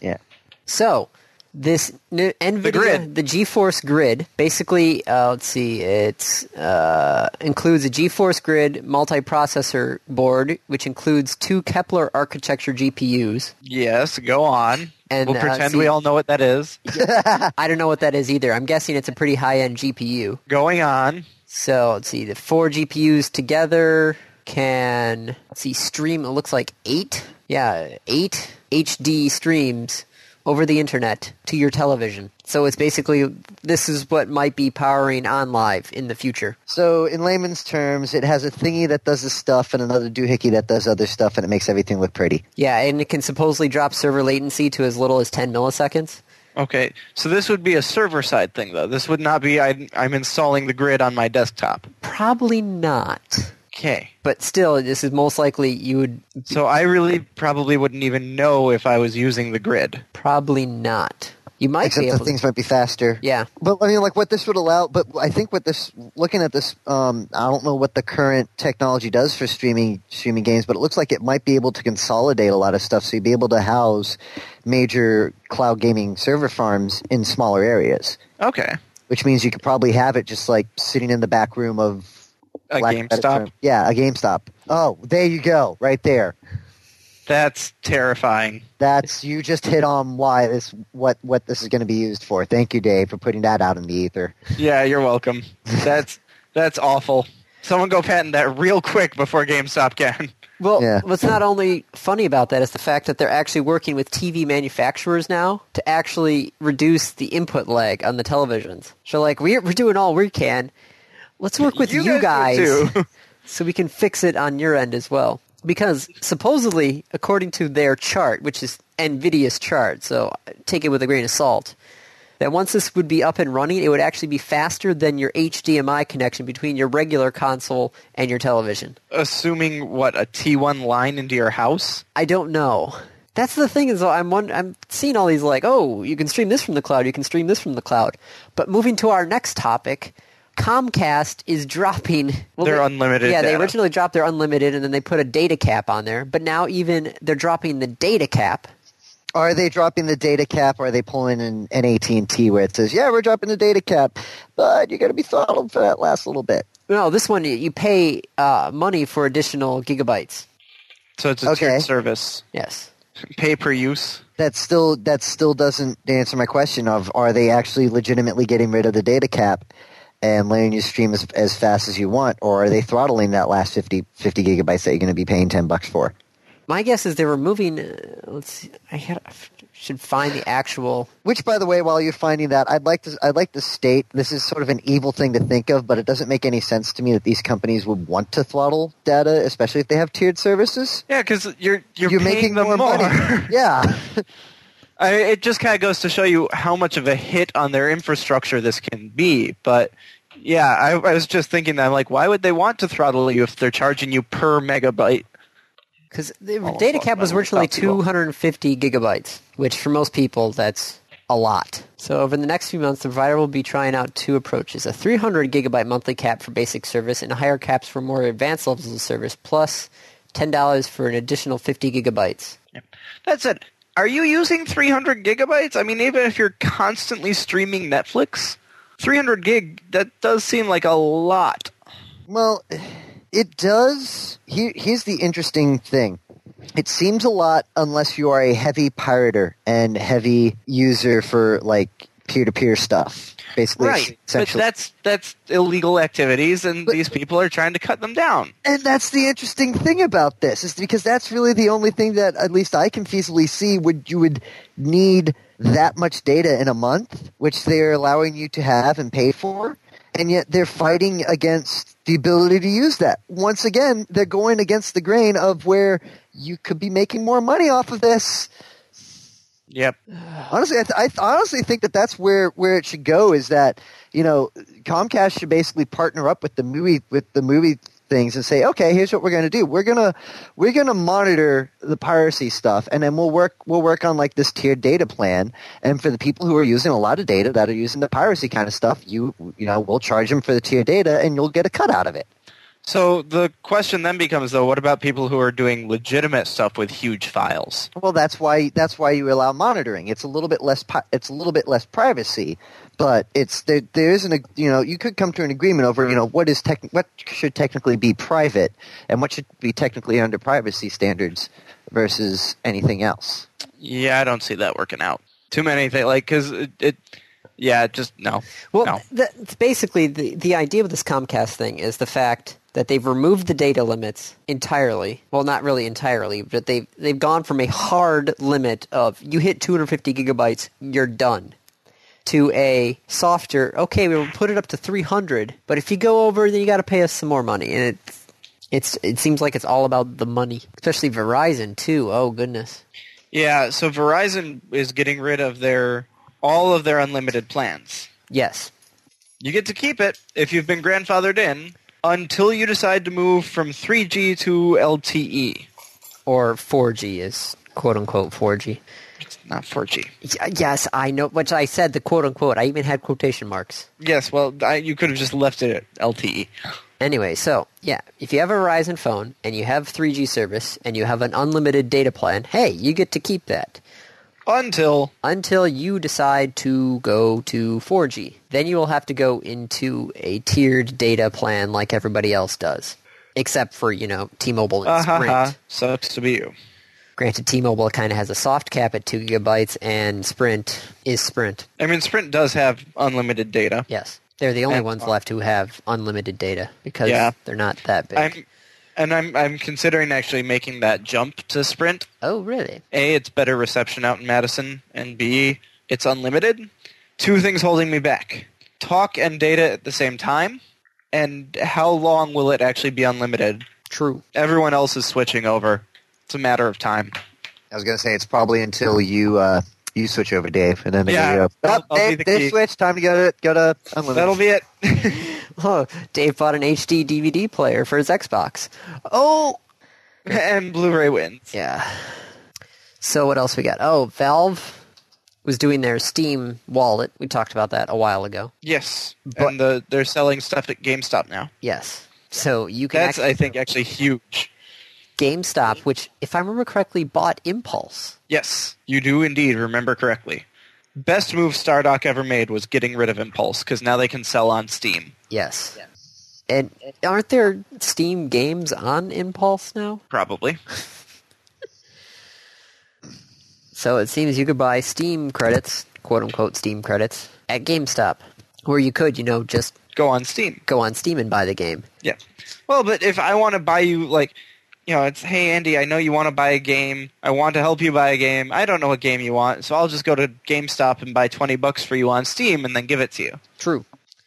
yeah
So this n- NVIDIA, the,
grid.
GeForce grid, basically, uh, let's see, it uh, includes a GeForce grid multiprocessor board, which includes two Kepler architecture GPUs.
Yes, go on.
And,
we'll
uh,
pretend
see-
we all know what that is.
I don't know what that is either. I'm guessing it's a pretty high-end GPU.
Going on.
So let's see, the four GPUs together can let's see stream. It looks like eight, yeah, eight HD streams over the internet to your television. So it's basically this is what might be powering on live in the future.
So, in layman's terms, it has a thingy that does this stuff and another doohickey that does other stuff, and it makes everything look pretty.
Yeah, and it can supposedly drop server latency to as little as 10 milliseconds.
Okay, so this would be a server side thing though. This would not be I, I'm installing the grid on my desktop.
Probably not.
Okay.
But still, this is most likely you would
So I really probably wouldn't even know if I was using the grid.
probably not. You might
Except
be
the
able
things
to.
might be faster.
Yeah.
But I mean, like what this would allow. But I think what this, looking at this, um, I don't know what the current technology does for streaming streaming games, but it looks like it might be able to consolidate a lot of stuff, so you'd be able to house major cloud gaming server farms in smaller areas,
Okay.
which means you could probably have it just like sitting in the back room of
A
lack of a better
GameStop.
term. Yeah, a GameStop. Oh, there you go, right there.
That's terrifying.
That's you just hit on why this what what this is going to be used for. Thank you, Dave, for putting that out in the ether.
Yeah, you're welcome. That's that's awful. Someone go patent that real quick before GameStop can.
Well,
Yeah.
what's not only funny about that is the fact that they're actually working with TV manufacturers now to actually reduce the input lag on the televisions. So, like, we're, we're doing all we can. Let's work with you,
You guys do
guys
too.
so we can fix it on your end as well. Because supposedly, according to their chart, which is NVIDIA's chart, so take it with a grain of salt, that once this would be up and running, it would actually be faster than your HDMI connection between your regular console and your television.
Assuming what a T1 line into your house.
I don't know. That's the thing is I'm wonder- I'm seeing all these like, oh, you can stream this from the cloud, you can stream this from the cloud. But moving to our next topic, Comcast is dropping well,
Their
they-
unlimited
Yeah, they
data.
originally dropped their unlimited, and then they put a data cap on there. But now even they're dropping the data cap.
Are they dropping the data cap? Or are they pulling an, an AT and T where it says, "Yeah, we're dropping the data cap, but you're going to be throttled for that last little bit"?
No, this one you- you pay uh, money for additional gigabytes.
So it's a
Okay.
tiered service.
Yes.
Pay per use.
That still that still doesn't answer my question of are they actually legitimately getting rid of the data cap and letting you stream as, as fast as you want, or are they throttling that last 50, 50 gigabytes that you're going to be paying ten bucks for?
My guess is they were moving. Uh, let's see. I had, I should find the actual.
Which, by the way, while you're finding that, I'd like to I'd like to state this is sort of an evil thing to think of, but it doesn't make any sense to me that these companies would want to throttle data, especially if they have tiered services.
Yeah, because you're you're,
You're
paying
making
them
more, money. yeah,
I, it just kind of goes to show you how much of a hit on their infrastructure this can be. But yeah, I, I was just thinking that I'm like, why would they want to throttle you if they're charging you per megabyte?
Because the
Oh,
data
fuck,
cap was
man,
virtually
that's possible.
250 gigabytes, which for most people, that's a lot. So over the next few months, the provider will be trying out two approaches, a 300 gigabyte monthly cap for basic service and higher caps for more advanced levels of service, plus $10 for an additional 50 gigabytes.
That's it. Are you using 300 gigabytes? I mean, even if you're constantly streaming Netflix, 300 gig that does seem like a lot.
Well, it does. Here, here's the interesting thing. It seems a lot unless you are a heavy pirater and heavy user for like peer-to-peer stuff. Basically,
but
essentially.
that's that's illegal activities, and
But-
these people are trying to cut them down.
and that's the interesting thing about this is because that's really the only thing that at least I can feasibly see would you would need that much data in a month, which they're allowing you to have and pay for, and yet they're fighting against the ability to use that. Once again, they're going against the grain of where you could be making more money off of this.
Yep.
Honestly, I, th- I th- honestly think that that's where where it should go. Is that you know Comcast should basically partner up with the movie with the movie things and say, okay, here's what we're going to do. We're gonna we're gonna monitor the piracy stuff, and then we'll work we'll work on like this tiered data plan. And for the people who are using a lot of data that are using the piracy kind of stuff, you you know we'll charge them for the tiered data, and you'll get a cut out of it.
So the question then becomes, though, what about people who are doing legitimate stuff with huge files?
Well, that's why that's why you allow monitoring. It's a little bit less pi- it's a little bit less privacy, but it's there. There isn't a you know you could come to an agreement over you know what is tech what should technically be private and what should be technically under privacy standards versus anything else.
Yeah, I don't see that working out. Too many things, like, because it, it, yeah, it just no.
Well,
no.
th- it's basically, the, the idea with this Comcast thing is the fact that they've removed the data limits entirely. Well, not really entirely, but they've, they've gone from a hard limit of you hit 250 gigabytes, you're done, to a softer, okay, we'll put it up to 300, but if you go over, then you got to pay us some more money. And it's, it's, it seems like it's all about the money, especially Verizon, too. Oh, goodness.
Yeah, so Verizon is getting rid of their all of their unlimited plans.
Yes.
You get to keep it if you've been grandfathered in until you decide to move from 3G to E, LTE.
Or 4G is quote unquote 4G.
It's not 4G.
Y- Yes, I know. Which I said the quote unquote. I even had quotation marks.
Yes, well, I, you could have just left it at E. LTE.
Anyway, so yeah, if you have a Verizon phone and you have 3G service and you have an unlimited data plan, hey, you get to keep that
Until
until you decide to go to 4G. Then you will have to go into a tiered data plan like everybody else does, except for you know T-Mobile and
uh, ha,
Sprint.
ha, sucks to be you.
Granted, T-Mobile kind of has a soft cap at two gigabytes, and Sprint is Sprint.
I mean, Sprint does have unlimited data.
Yes. They're the only
And-
ones left who have unlimited data because
Yeah.
they're not that big.
I'm, and I'm I'm considering actually making that jump to Sprint.
oh, really?
A, it's better reception out in Madison, and B, it's unlimited. Two things holding me back: talk and data at the same time, and how long will it actually be unlimited?
True.
Everyone else is switching over. It's a matter of time.
I was going to say it's probably until you uh, you switch over, Dave, and then they
Yeah,
give you a-
I'll- I'll
Oh,
be
Dave,
the
Dave
key.
switch. Time to go to go to unlimited.
That'll be it.
Oh, Dave bought an HD DVD player for his Xbox. Oh,
and Blu-ray wins.
yeah. So what else we got? Oh, Valve was doing their Steam wallet. We talked about that a while ago.
Yes,
But-
and the, they're selling stuff at GameStop now.
Yes. So you can
That's
actually
I think actually huge.
GameStop, which if I remember correctly bought Impulse.
Yes, you do indeed remember correctly. Best move Stardock ever made was getting rid of Impulse because now they can sell on Steam.
Yes. And aren't there Steam games on Impulse now?
Probably.
So it seems you could buy Steam credits, quote unquote Steam credits, at GameStop, where you could, you know, just
Go on Steam.
go on Steam and buy the game.
Yeah. Well, but if I want to buy you, like, you know, it's, hey, Andy, I know you want to buy a game. I want to help you buy a game. I don't know what game you want, so I'll just go to GameStop and buy 20 bucks for you on Steam and then give it to you.
True.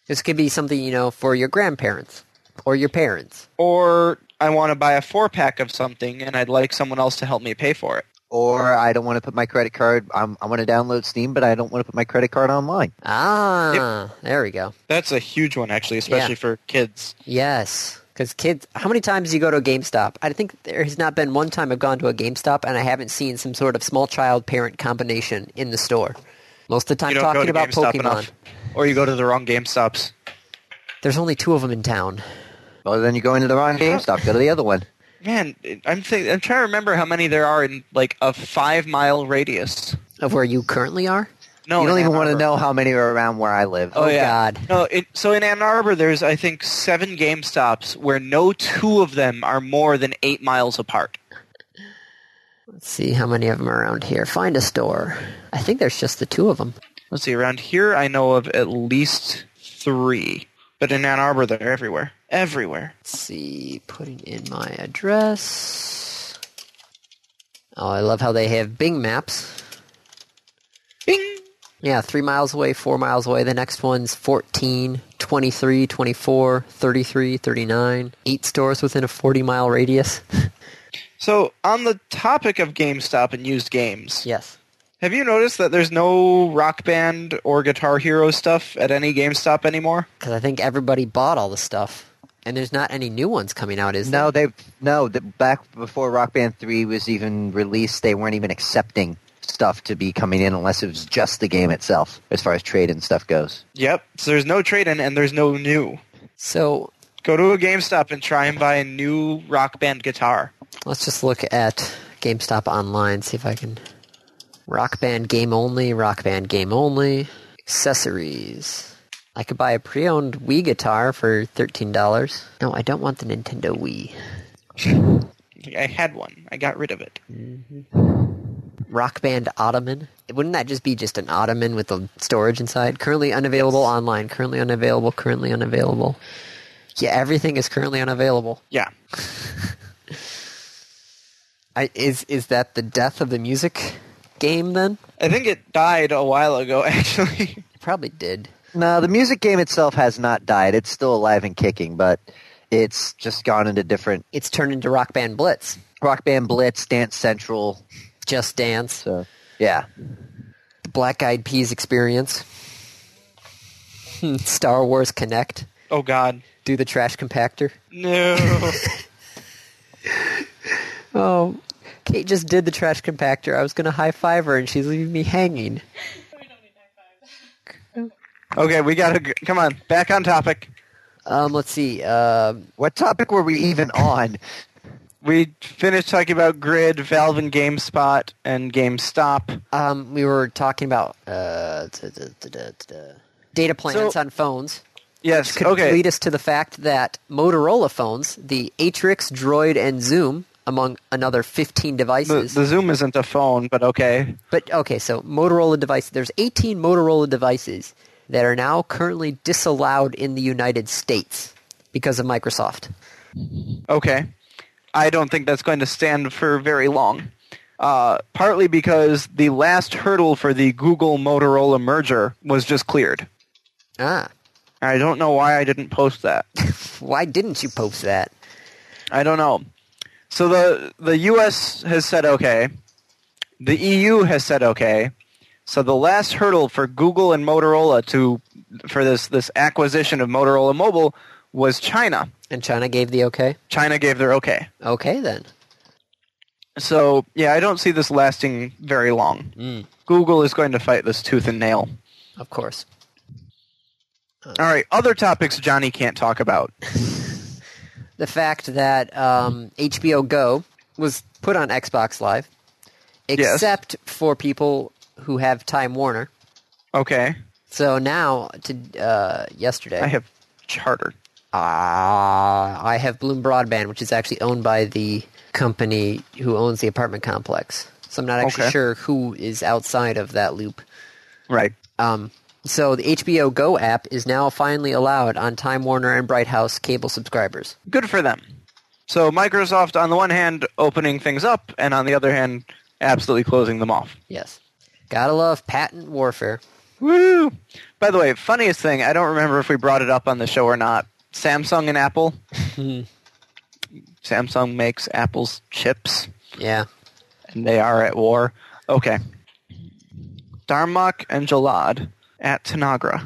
This could be something, you know, for your grandparents or your parents.
Or I want to buy a four pack of something and I'd like someone else to help me pay for it.
or I don't want to put my credit card. I'm, I want to download Steam, but I don't want to put my credit card online.
Ah, there we go.
That's a huge one, actually,
Yeah.
especially for kids.
Yes. Because kids, how many times do you go to a GameStop? I think there has not been one time I've gone to a GameStop and I haven't seen some sort of small child parent combination in the store. Most of the time,
you don't go
talking
to
about
GameStop
Pokemon.
enough. Or you go to the wrong GameStops.
There's only two of them in town.
Well, then you go into the wrong GameStop. Go to the other one.
Man, I'm think- I'm trying to remember how many there are in like a five mile radius.
Of where you currently are?
No,
you don't
in
even
Ann
want to
Arbor.
know how many are around where I live.
Oh, God.
No, it, so in Ann Arbor, there's I think seven Game Stops where no two of them are more than eight miles apart.
Let's see how many of them are around here. Find a store. I think there's just the two of them.
Let's see, around here I know of at least three, but in Ann Arbor they're everywhere, everywhere.
Let's see, putting in my address. Oh, I love how they have Bing maps.
Bing.
Yeah, three miles away, four miles away. The next one's 14, 23, 24, 33, 39. Eight stores within a 40 mile radius.
So on the topic of GameStop and used games,
yes.
have you noticed that there's no Rock Band or Guitar Hero stuff at any GameStop anymore?
Because I think everybody bought all the stuff. And there's not any new ones coming out, is there?
No, they no. The, back before Rock Band Three was even released, they weren't even accepting stuff to be coming in unless it was just the game itself, as far as trade and stuff goes.
Yep. So there's no trade-in and there's no new.
So
Go to a GameStop and try and buy a new Rock Band guitar.
Let's just look at GameStop online, see if I can. Rock Band game only, Rock Band game only, accessories. I could buy a pre owned Wii guitar for $13. No, I don't want the Nintendo Wii.
I had one. I got rid of it.
Rock Band Ottoman. Wouldn't that just be just an Ottoman with the storage inside? Currently unavailable online, currently unavailable, currently unavailable. Yeah, everything is currently unavailable.
Yeah.
I, is is that the death of the music game then?
I think it died a while ago, actually.
It probably did.
No, the music game itself has not died. It's still alive and kicking, but it's just gone into different
It's turned into Rock Band Blitz.
Rock Band Blitz, Dance Central.
Just Dance,
So yeah,
the Black Eyed Peas Experience, Hmm, Star Wars Connect,
oh, God.
Do the Trash Compactor.
No.
Oh, Kate just did the Trash Compactor. I was going to high five her, and she's leaving me hanging.
okay, we gotta. g- Come on. Back on topic.
Um, let's see. Um
what topic were we even on?
We finished talking about Grid, Valve and GameSpot, and GameStop.
um, we were talking about uh, da- da- da- da- da- data plans
So-
on phones.
Yes,
Could
okay.
lead us to the fact that Motorola phones, the Atrix, Droid, and Zoom, among another 15
The,
devices,
the Zoom isn't a phone, but okay.
But okay, so Motorola device. There's 18 Motorola devices that are now currently disallowed in the United States because of Microsoft.
Okay. I don't think that's going to stand for very long. Uh, partly because the last hurdle for the Google Motorola merger was just cleared.
Ah,
I don't know why I didn't post that.
why didn't you post that?
I don't know. So the the U.S. has E said okay. The EU has said okay. So the last hurdle for Google and Motorola to for this this acquisition of Motorola Mobile was China.
And China gave the okay?
China gave their okay.
Okay, then.
So yeah, I don't see this lasting very long.
Mm,
Google is going to fight this tooth and nail.
of course.
All right, other topics Johnny can't talk about.
the fact that um, HBO Go was put on Xbox Live,
Yes.
except for people who have Time Warner.
Okay,
So now to uh, yesterday,
I have Charter.
Ah, I have Bloom Broadband, which is actually owned by the company who owns the apartment complex. So I'm not actually
Okay.
sure who is outside of that loop.
Right.
Um, so the HBO Go app is now finally allowed on Time Warner and Bright House cable subscribers.
Good for them. So Microsoft on the one hand opening things up and on the other hand absolutely closing them off.
Yes, gotta love patent warfare.
Woo! By the way, funniest thing, I don't remember if we brought it up on the show or not. Samsung and Apple. Samsung makes Apple's chips,
Yeah.
and they are at war. Okay. Darmok and Jalad at Tanagra.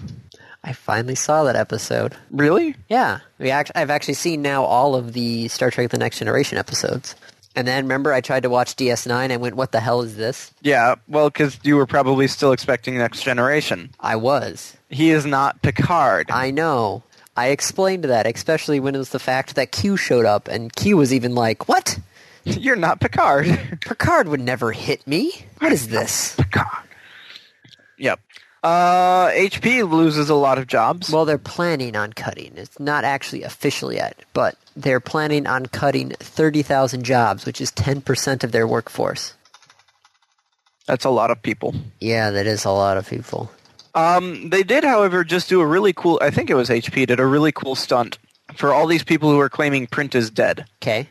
I finally saw that episode.
Really?
Yeah, we act- I've actually seen now all of the Star Trek: The Next Generation episodes. And then remember, I tried to watch DS9. I went, "What the hell is this?"
Yeah, well, because you were probably still expecting Next Generation.
I was.
He is not Picard.
I know. I explained that, especially when it was the fact that Q showed up, and Q was even like, "What?
You're not Picard.
Picard would never hit me. What is this?"
Picard. Yep. Uh, HP loses a lot of jobs.
Well, they're planning on cutting. It's not actually official yet, but they're planning on cutting thirty thousand jobs, which is ten percent of their workforce.
That's a lot of people.
Yeah, that is a lot of people.
Um, they did, however, just do a really cool. I think it was HP did a really cool stunt for all these people who are claiming print is dead.
Okay.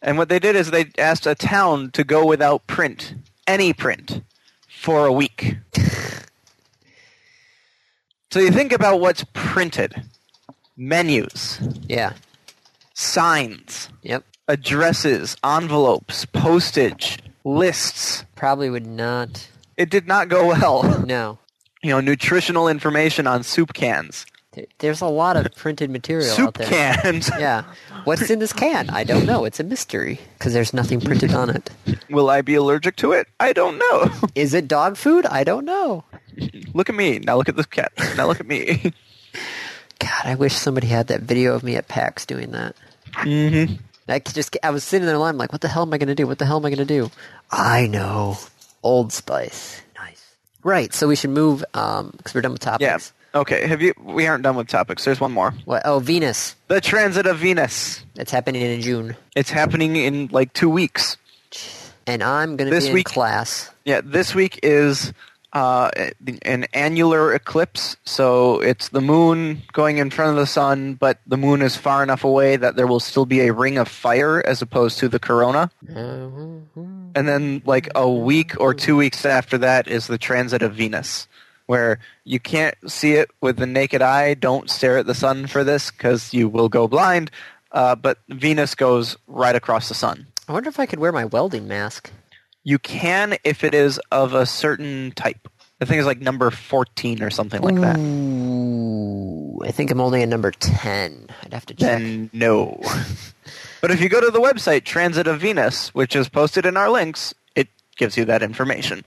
And what they did is they asked a town to go without print, any print, for a week. so you think about what's printed: menus,
Yeah.
signs,
Yep.
addresses, envelopes, postage, lists.
Probably would not.
It did not go well.
No.
you know, nutritional information on soup cans,
There- There's a lot of printed material out
soup
there.
cans.
Yeah. What's in this can? I don't know. It's a mystery because there's nothing printed on it.
Will I be allergic to it? I don't know.
Is it dog food? I don't know.
look at me. Now look at this cat. Now look at me.
God, I wish somebody had that video of me at PAX doing that.
hmm
I could just I was sitting there alone, like, what the hell am I going to do? What the hell am I going to do? I know. Old Spice. Nice. Right. So we should move um because we're done with topics.
Yeah. Okay. Have you? We aren't done with topics. There's one more.
What? Oh, Venus.
The transit of Venus.
That's happening in June,
It's happening in like two weeks.
and I'm going to
This
be in
week-
class.
Yeah. This week is uh, an annular eclipse, so it's the moon going in front of the sun, but the moon is far enough away that there will still be a ring of fire as opposed to the corona. And then, like a week or two weeks after that, is the transit of Venus, where you can't see it with the naked eye. Don't stare at the sun for this, because you will go blind. Uh, but Venus goes right across the sun.
I wonder if I could wear my welding mask.
You can if it is of a certain type. I think it's like number 14 or something like
Mm.
that.
Ooh, I think I'm only a number ten. I'd have to check.
Then no. but if you go to the website, Transit of Venus, which is posted in our links, it gives you that information.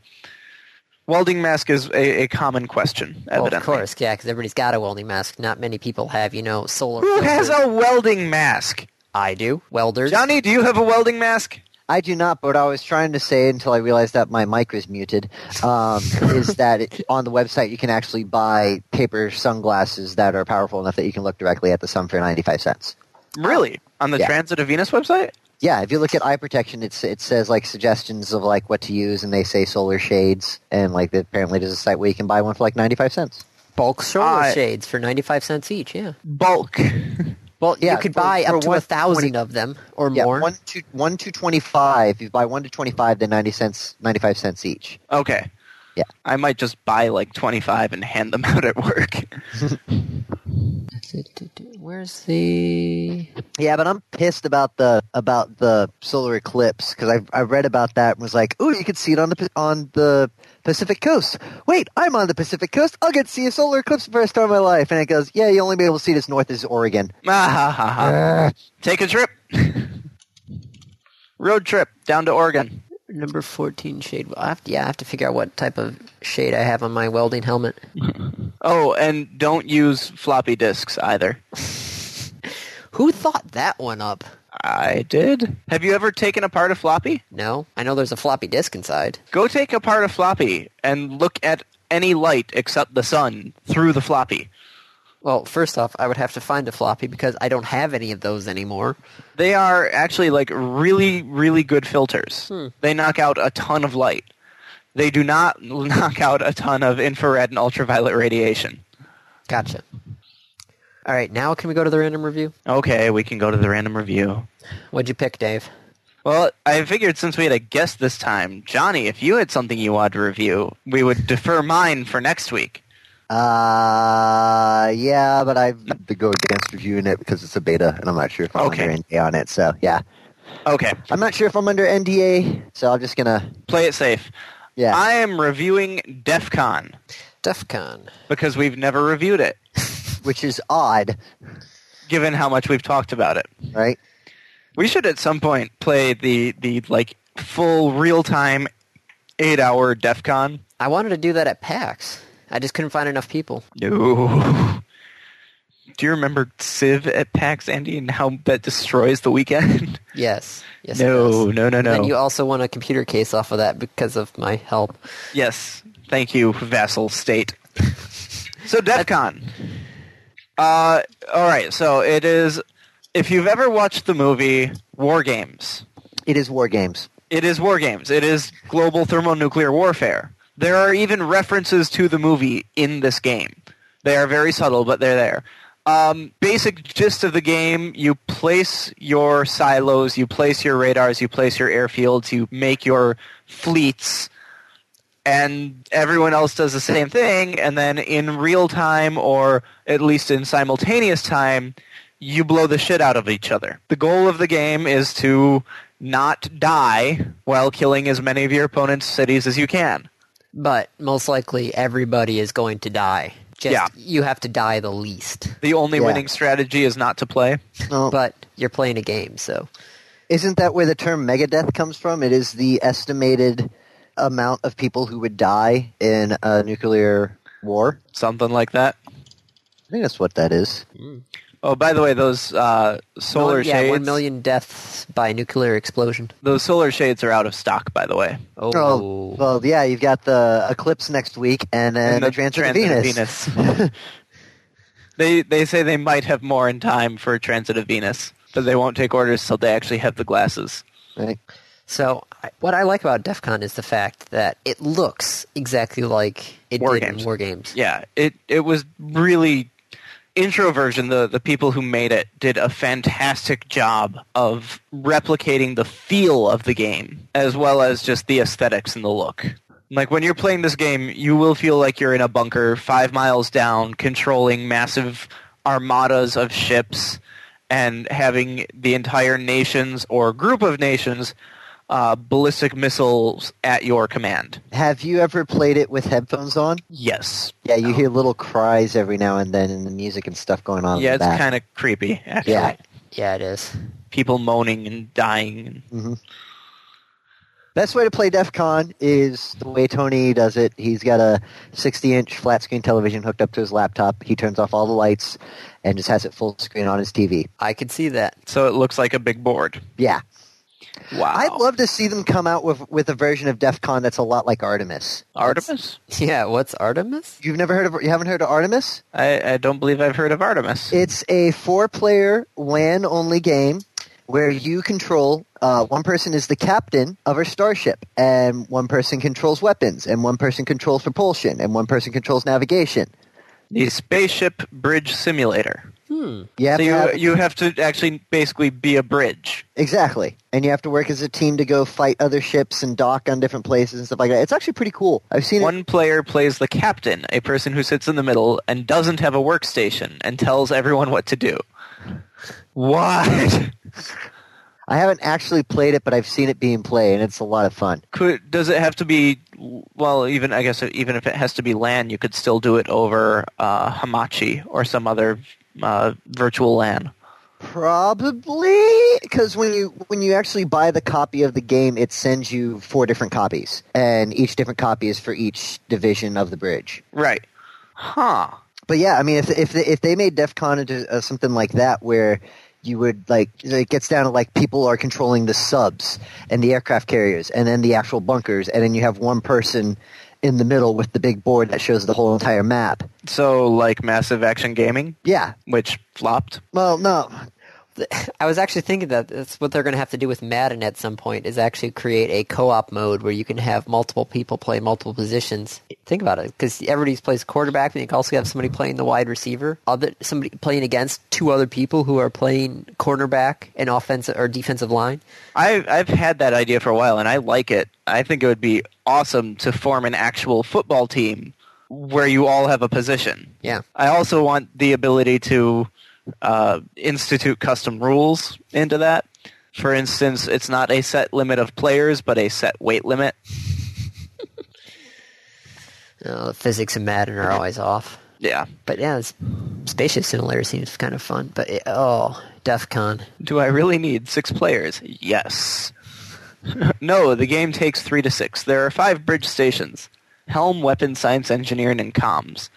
Welding mask is a, a common question,
well,
evidently.
of course, yeah, because everybody's got a welding mask. Not many people have, you know, solar.
Who has
filters.
a welding mask?
I do. Welders.
Johnny, do you have a welding mask?
I do not, but what I was trying to say until I realized that my mic was muted um, is that it, on the website you can actually buy paper sunglasses that are powerful enough that you can look directly at the sun for 95 cents.
Really? On the
Yeah.
Transit of Venus website?
Yeah, if you look at eye protection, it's, it says like suggestions of like what to use, and they say solar shades, and like apparently there's a site where you can buy one for like 95 cents.
Bulk solar
I-
shades for ninety-five cents each. Yeah.
Bulk.
Well,
yeah,
you could
for-
buy
for
up to
one-
a thousand of them or
Yeah,
more.
one to one to 25. If you buy one to 25, then 90 cents, 95 cents each.
Okay.
Yeah.
I might just buy like 25 and hand them out at work.
Where's the?
Yeah, but I'm pissed about the about the solar eclipse because I I read about that and was like, oh, you could see it on the P- on the Pacific coast. Wait, I'm on the Pacific coast. I'll get to see a solar eclipse for the first time in my life. And it goes, yeah, you'll only be able to see it as north as Oregon.
Ah, ha, ha, ha. Take a trip. Road trip down to Oregon.
Number fourteen shade. I have to, yeah, I have to figure out what type of shade I have on my welding helmet.
Oh, and don't use floppy disks either.
Who thought that one up?
I did. Have you ever taken apart a floppy?
No, I know there's a floppy disk inside.
Go take apart a floppy and look at any light except the sun through the floppy.
Well, first off, I would have to find a floppy because I don't have any of those anymore.
They are actually like really, really good filters. They knock out a ton of light. They do not knock out a ton of infrared and ultraviolet radiation.
Gotcha. All right, now can we go to the random review?
Okay, we can go to the random review.
What'd you pick, Dave?
Well, I figured since we had a guest this time, Johnny, if you had something you wanted to review, we would defer mine for next week.
Uh, yeah, but I have to go against reviewing it because it's a beta and I'm not sure if I'm
Okay.
under NDA on it. So yeah,
Okay,
I'm not sure if I'm under NDA. So I'm just gonna
play it safe.
yeah.
I am reviewing DEF CON
DEF CON.
because we've never reviewed it,
which is odd,
given how much we've talked about it.
right?
We should at some point play the the like full real time eight hour DEF CON.
I wanted to do that at PAX. I just couldn't find enough people.
No. Do you remember Civ at PAX, Andy, and how that destroys the weekend?
Yes. Yes. it does.
no, no, no, no.
And you also won a computer case off of that because of my help.
Yes. Thank you, vassal state. so DEF CON. Uh, all right. So it is. If you've ever watched the movie War Games,
It is war games.
it is War Games. It is global thermonuclear warfare. There are even references to the movie in this game. They are very subtle, but they're there. Um, basic gist of the game: you place your silos, you place your radars, you place your airfields, you make your fleets and everyone else does the same thing, and then in real time or at least in simultaneous time, you blow the shit out of each other. The goal of the game is to not die while killing as many of your opponent's cities as you can.
But most likely everybody is going to die. Just
Yeah.
you have to die the least.
The only
Yeah.
winning strategy is not to play.
Oh,
But you're playing a game, so
Isn't that where the term megadeth comes from? It is the estimated amount of people who would die in a nuclear war.
Something like that.
I think that's what that is.
Oh, by the way, those uh, solar
One- yeah,
shades.
one million deaths by nuclear explosion.
Those solar shades are out of stock, by the way.
Oh,
Oh, well, yeah, you've got the eclipse next week and then
And
the,
the
transit, of
transit of
Venus.
Venus. they they say they might have more in time for a transit of Venus, but they won't take orders till they actually have the glasses.
Right.
So I- what I like about DEF CON is the fact that it looks exactly like it
War
did
games.
in war games.
Yeah, it it was really introversion. The the people who made it did a fantastic job of replicating the feel of the game as well as just the aesthetics and the look. Like when you're playing this game, you will feel like you're in a bunker five miles down, controlling massive armadas of ships and having the entire nations or group of nations uh, ballistic missiles at your command.
Have you ever played it with headphones on?
Yes,
Yeah, you hear little cries every now and then and the music and stuff going on.
Yeah,
in
it's
the back.
kind of creepy. Actually,
Yeah.
Yeah, it is.
people moaning and dying. and-
Best way to play DEF CON is the way Tony does it. He's got a 60 inch flat screen television hooked up to his laptop. He turns off all the lights and just has it full screen on his TV.
I could see that.
So it looks like a big board.
Yeah.
Wow.
I'd love to see them come out with, with a version of DEF CON that's a lot like Artemis.
Artemis.
Yeah, what's Artemis?
You've never heard of, you haven't heard of Artemis?
I, I don't believe I've heard of Artemis.
It's a four player LAN only game where you control uh, one person is the captain of her starship and one person controls weapons and one person controls propulsion and one person controls navigation.
the spaceship bridge simulator.
Hmm.
You
So
have to
you
have,
you have to actually basically be a bridge.
exactly, and you have to work as a team to go fight other ships and dock on different places and stuff like that. It's actually pretty cool. I've seen it.
One player plays the captain, a person who sits in the middle and doesn't have a workstation and tells everyone what to do. What?
I haven't actually played it, but I've seen it being played, and it's a lot of fun.
Could does it have to be? Well, even I guess even if it has to be LAN, you could still do it over uh, Hamachi or some other uh, virtual LAN.
Probably because when you when you actually buy the copy of the game, it sends you four different copies, and each different copy is for each division of the bridge.
Right? Huh.
But yeah, I mean, if if they, if they made DEF CON into uh, something like that, where you would like it gets down to like people are controlling the subs and the aircraft carriers, and then the actual bunkers, and then you have one person in the middle with the big board that shows the whole entire map.
So like massive action gaming,
Yeah.
which flopped.
Well, no,
I was actually thinking that that's what they're going to have to do with Madden at some point is actually create a co-op mode where you can have multiple people play multiple positions. Think about it, because everybody plays quarterback, but you can also have somebody playing the wide receiver, other somebody playing against two other people who are playing cornerback and offensive or defensive line.
I've I've had that idea for a while, and I like it. I think it would be awesome to form an actual football team where you all have a position.
Yeah,
I also want the ability to uh, institute custom rules into that. For instance, it's not a set limit of players, but a set weight limit.
Uh, the physics and Madden are always off.
Yeah.
But yeah, it's, Spaceship Simulator seems kind of fun. But it, oh, DEF CON.
Do I really need six players? Yes. no, the game takes three to six. There are five bridge stations Helm, Weapons, Science, Engineering, and Comms.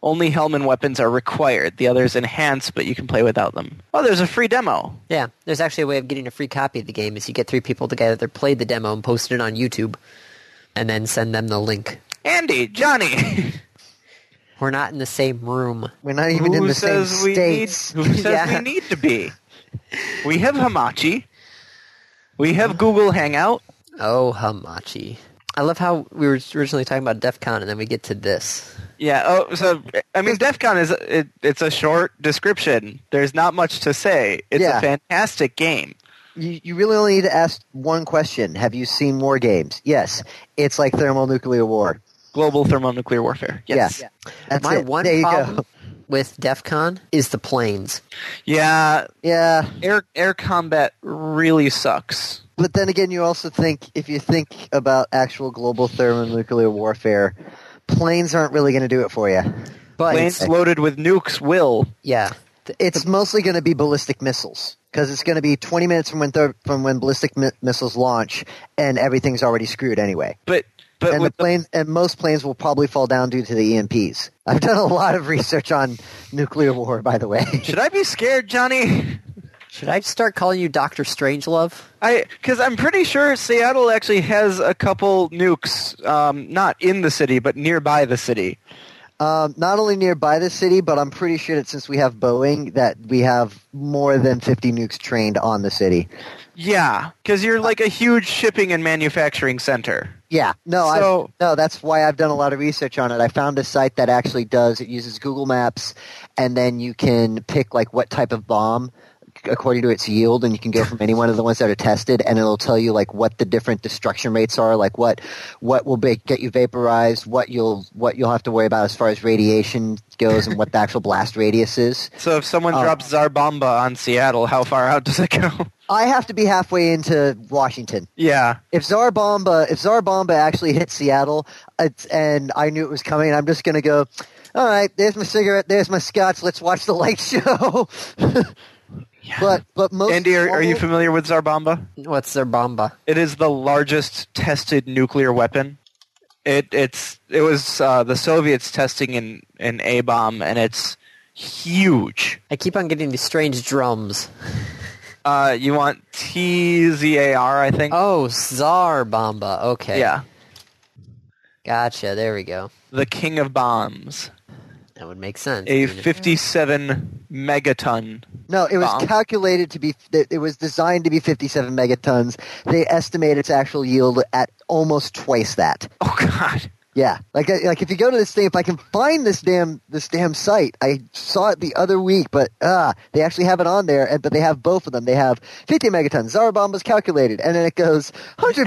Only Helm and Weapons are required. The others enhance, but you can play without them. Oh, there's a free demo.
Yeah, there's actually a way of getting a free copy of the game is you get three people together, played the demo, and posted it on YouTube, and then send them the link.
Andy, Johnny.
We're not in the same room.
we're not even in
Who
the same
says we need-
states.
who says
Yeah.
we need to be? We have Hamachi. We have Google Hangout.
Oh, Hamachi. I love how we were originally talking about DEF CON, and then we get to this.
Yeah. Oh, so I mean, DEF CON is it, it's a short description. There's not much to say. It's
Yeah.
a fantastic game.
You, you really only need to ask one question. Have you seen war games? Yes. It's like thermonuclear war.
Global thermonuclear warfare. Yes.
Yeah. That's
My
it.
one
there you
problem
go.
with DEF CON is the planes.
Yeah.
Yeah.
Air air combat really sucks.
But then again, you also think, if you think about actual global thermonuclear warfare, planes aren't really going to do it for you.
But
Planes loaded with nukes will.
yeah,
It's mostly going to be ballistic missiles because it's going to be 20 minutes from when, thir- from when ballistic mi- missiles launch and everything's already screwed anyway.
But but
and the
with the-
planes and most planes will probably fall down due to the EMPs. I've done a lot of research on nuclear war, by the way.
should I be scared, Johnny?
should I start calling you Doctor Strangelove?
I because I'm pretty sure Seattle actually has a couple nukes, um, not in the city but nearby the city.
um, not only nearby the city, but I'm pretty sure that since we have Boeing, that we have more than 50 nukes trained on the city.
Yeah, because you're like a huge shipping and manufacturing center.
Yeah, no,
So-
I no. That's why I've done a lot of research on it. I found a site that actually does. It uses Google Maps, and then you can pick like what type of bomb according to its yield, and you can go from any one of the ones that are tested, and it'll tell you like what the different destruction rates are, like what what will ba- get you vaporized, what you'll what you'll have to worry about as far as radiation goes, and what the actual blast radius is.
So if someone
Oh.
drops Zarbomba on Seattle, how far out does it go?
I have to be halfway into Washington.
yeah,
if Tsar Bomba, if Tsar Bomba actually hit Seattle, it's, and I knew it was coming, I'm just gonna go. All right, there's my cigarette, there's my scotch. Let's watch the light show. But but most
Andy, are, are you
normal-
familiar with Zarbomba?
What's their bomba?
It is the largest tested nuclear weapon. It it's it was uh, the Soviets testing an an A bomb, and it's huge.
I keep on getting these strange drums.
Uh, you want T Z A R, I think.
Oh, Czar Bomba. Okay.
Yeah,
Gotcha. There we go.
the king of bombs,
That would make sense.
a
I mean, if-
fifty-seven megaton.
No, it was
bomb?
calculated to be. It was designed to be 57 megatons. They estimate its actual yield at almost twice that.
Oh God.
Yeah, like I- like if you go to this thing, if I can find this damn this damn site, I saw it the other week, but ah, they actually have it on there, and but they have both of them. They have 50 megatons. Zara bomb was calculated, and then it goes 100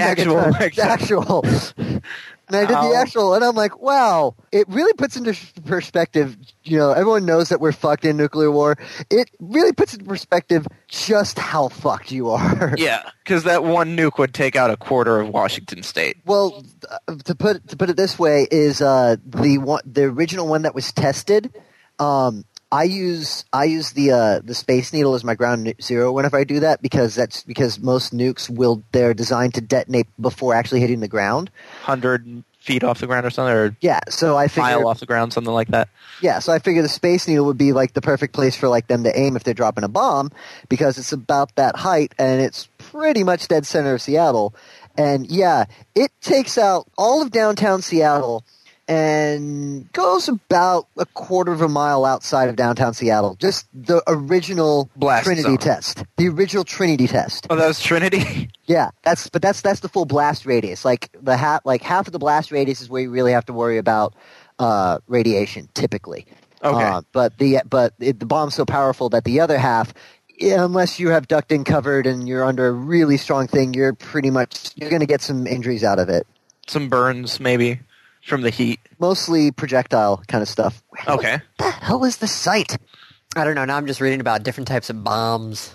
Actual
megatons.
megatons.
Actual. And I did
Ow.
the actual, and I'm like, wow, it really puts into sh- perspective. You know, everyone knows that we're fucked in nuclear war. It really puts into perspective just how fucked you are.
Yeah, because that one nuke would take out a quarter of Washington State.
Well, uh, to put to put it this way, is uh, the one the original one that was tested. Um, I use I use the uh, the Space Needle as my ground nu- zero whenever I do that because that's because most nukes will they're designed to detonate before actually hitting the ground.
Hundred feet off the ground or something, or
Yeah, so I figure
mile off the ground, something like that.
Yeah, so I figure the Space Needle would be like the perfect place for like them to aim if they're dropping a bomb because it's about that height and it's pretty much dead center of Seattle. And yeah, it takes out all of downtown Seattle and goes about a quarter of a mile outside of downtown Seattle. Just the original
Blast
Trinity
zone.
test. The original Trinity test.
Oh, that was Trinity.
Yeah, that's but that's that's the full blast radius. Like the half like half of the blast radius is where you really have to worry about uh, radiation typically.
Okay.
Uh, but the but it, the bomb's so powerful that the other half, yeah, unless you have ducked in covered and you're under a really strong thing, you're pretty much you're going to get some injuries out of it.
Some burns, maybe from the heat.
Mostly projectile kind of stuff.
Okay.
What the hell is the site?
I don't know. Now I'm just reading about different types of bombs,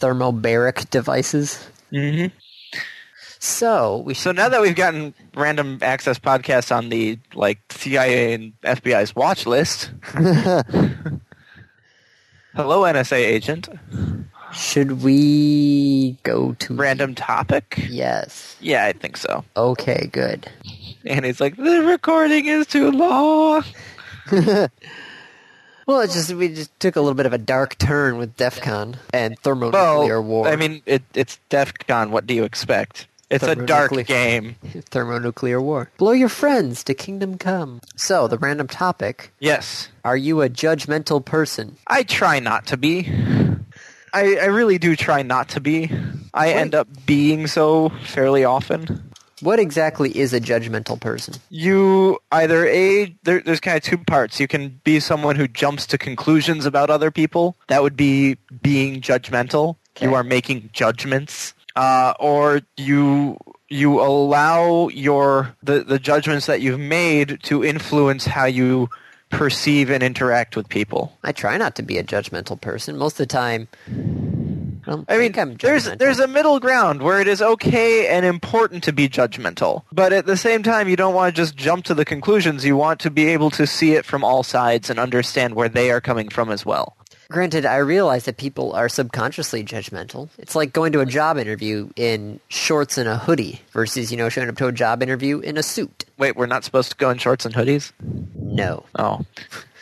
thermobaric devices.
Mm-hmm.
So we
So
should.
now that we've gotten random access podcasts on the like CIA and FBI's watch list, hello NSA agent.
Should we go to
Random topic?
Yes.
Yeah, I think so.
Okay. Good.
And he's like, the recording is too long.
Well, it's just we just took a little bit of a dark turn with DEF CON and thermonuclear
Well,
war.
I mean, it, it's DEF CON. What do you expect? It's a dark
Thermonuclear.
game.
thermonuclear war. Blow your friends to kingdom come. So the random topic:
Yes.
Are you a judgmental person?
I try not to be. I, I really do try not to be. I end up being so fairly often.
What exactly is a judgmental person?
you either a there, there's kind of two parts you can be someone who jumps to conclusions about other people that would be being judgmental you
Okay.
are making judgments uh, or you you allow your the, the judgments that you've made to influence how you perceive and interact with people
I try not to be a judgmental person most of the time. I, don't
I mean,
think I'm
there's
judgmental.
there's a middle ground where it is okay and important to be judgmental, but at the same time, you don't want to just jump to the conclusions. You want to be able to see it from all sides and understand where they are coming from as well.
Granted, I realize that people are subconsciously judgmental. It's like going to a job interview in shorts and a hoodie versus, you know, showing up to a job interview in a suit.
Wait, we're not supposed to go in shorts and hoodies?
No.
Oh,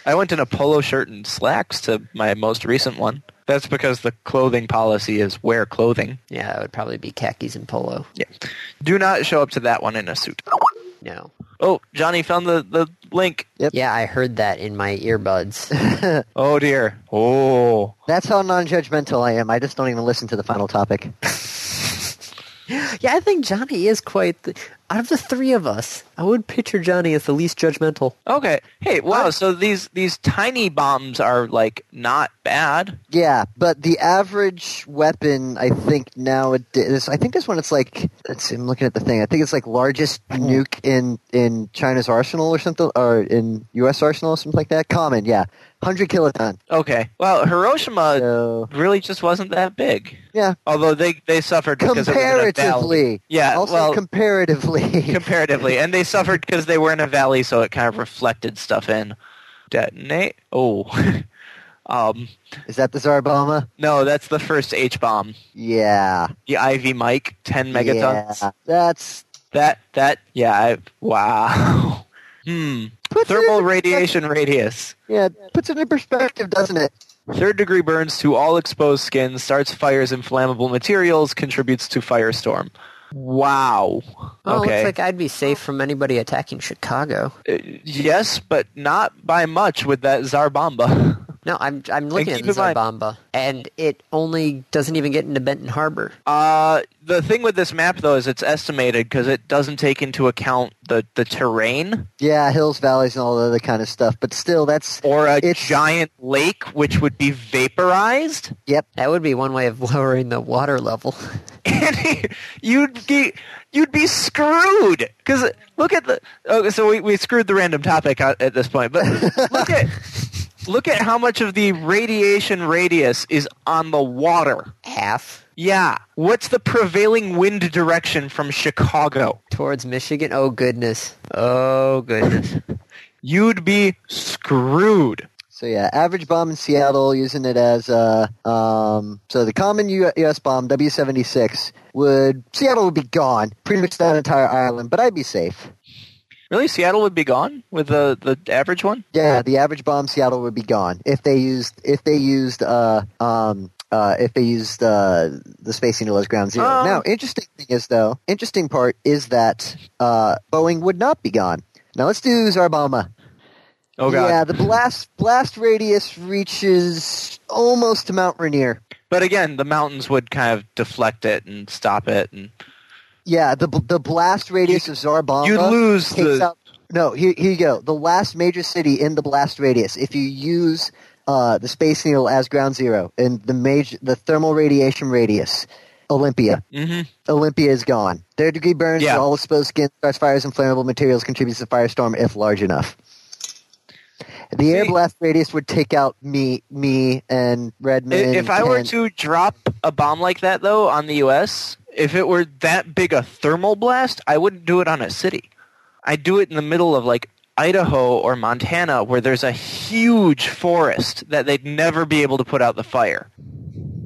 I went in a polo shirt and slacks to my most recent one. That's because the clothing policy is wear clothing.
Yeah, it would probably be khakis and polo.
Yeah. Do not show up to that one in a suit.
No.
Oh, Johnny found the, the link.
Yep.
Yeah, I heard that in my earbuds.
Oh dear. Oh.
That's how non-judgmental I am. I just don't even listen to the final topic.
yeah, I think Johnny is quite. The, out of the three of us, I would picture Johnny as the least judgmental.
Okay. Hey, wow. So these these tiny bombs are like not bad.
Yeah, but the average weapon, I think nowadays, I think this one, it's like, let's see, I'm looking at the thing. I think it's like largest
Oh.
nuke in in China's arsenal or something, or in U.S. arsenal or something like that. Common, yeah, hundred kiloton.
Okay. Well, Hiroshima
So
really just wasn't that big.
yeah,
Although they they suffered because it was in a valley.
comparatively,
Yeah.
also
well,
comparatively,
comparatively, and they suffered because they were in a valley, so it kind of reflected stuff in. Detonate. Oh. um.
is that the Tsar Bomba?
No, that's the first H bomb.
Yeah,
The IV Mike, ten megatons.
Yeah. That's
That that yeah. I, wow. Hmm.
puts
Thermal
it, in-
radiation radius.
Yeah, puts it in perspective, doesn't it?
Third degree burns to all exposed skin, starts fires in flammable materials, contributes to firestorm. Wow.
Well, Oh, it
okay.
looks like I'd be safe from anybody attacking Chicago.
Uh, yes, but not by much with that Zarbamba.
No, I'm I'm looking at
keep
the
in mind-
Zabamba, and it only doesn't even get into Benton Harbor.
Uh, the thing with this map, though, is it's estimated because it doesn't take into account the, the terrain
Yeah, hills, valleys, and all the other kind of stuff. But still, that's
or a
It's-
giant lake, which would be vaporized.
yep.
That would be one way of lowering the water level.
and he, you'd be you'd be screwed because look at the okay, so we, we screwed the random topic out at this point but look at look at how much of the radiation radius is on the water
Half
yeah what's the prevailing wind direction from chicago
towards Michigan. Oh goodness. Oh goodness.
you'd be screwed
So yeah, average bomb in Seattle using it as a um, so the common U- U.S. bomb W seventy six would Seattle would be gone, pretty much that entire island, but I'd be safe.
really seattle would be gone with the the average one
Yeah, the average bomb Seattle would be gone if they used if they used uh um uh if they used uh the Space Needle as ground zero.
Um.
now, interesting thing is though, interesting part is that uh Boeing would not be gone. Now let's do Zarbama.
oh god
Yeah, the blast blast radius reaches almost to Mount Rainier.
but again the mountains would kind of deflect it and stop it and
Yeah, the bl- the blast radius of Zarbamba.
you'd lose
takes
the-
Uh-huh. out- no, here, here you go. The last major city in the blast radius. If you use uh, the Space Needle as ground zero and the major the thermal radiation radius, Olympia.
hmm
Olympia is gone. Third degree burns
Yeah.
to all exposed skin, starts fires, and flammable materials contributes to firestorm if large enough. The air
See-
blast radius would take out me, me, and Redmond.
If, if I were
and-
to drop a bomb like that, though, on the U.S., if it were that big a thermal blast, I wouldn't do it on a city. I'd do it in the middle of like Idaho or Montana, where there's a huge forest that they'd never be able to put out the fire.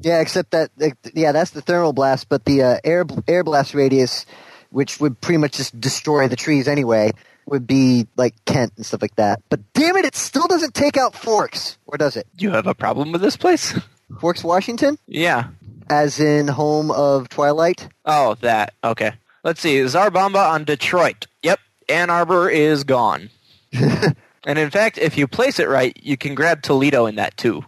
Yeah, except that like, yeah, that's the thermal blast, but the uh, air air blast radius, which would pretty much just destroy the trees anyway, would be like Kent and stuff like that. But damn it, it still doesn't take out Forks, or does it?
You have a problem with this place?
Forks, Washington,
yeah.
as in home of Twilight.
Oh, that. Okay. Let's see. Zarbomba on Detroit. Yep. Ann Arbor is gone. and in fact, if you place it right, you can grab Toledo in that too.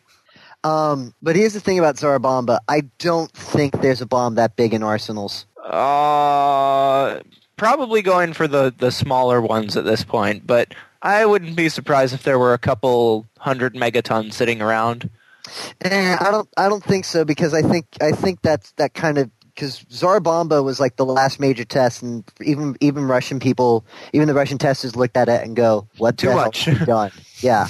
Um, but here's the thing about Zarabamba. I don't think there's a bomb that big in arsenals.
Uh, probably going for the the smaller ones at this point, but I wouldn't be surprised if there were a couple hundred megatons sitting around.
Eh, I don't. I don't think so because I think I think that's that kind of because Zarbomba was like the last major test, and even even Russian people, even the Russian testers looked at it and go, "What
Too
the
much."
Hell have we done?" Yeah,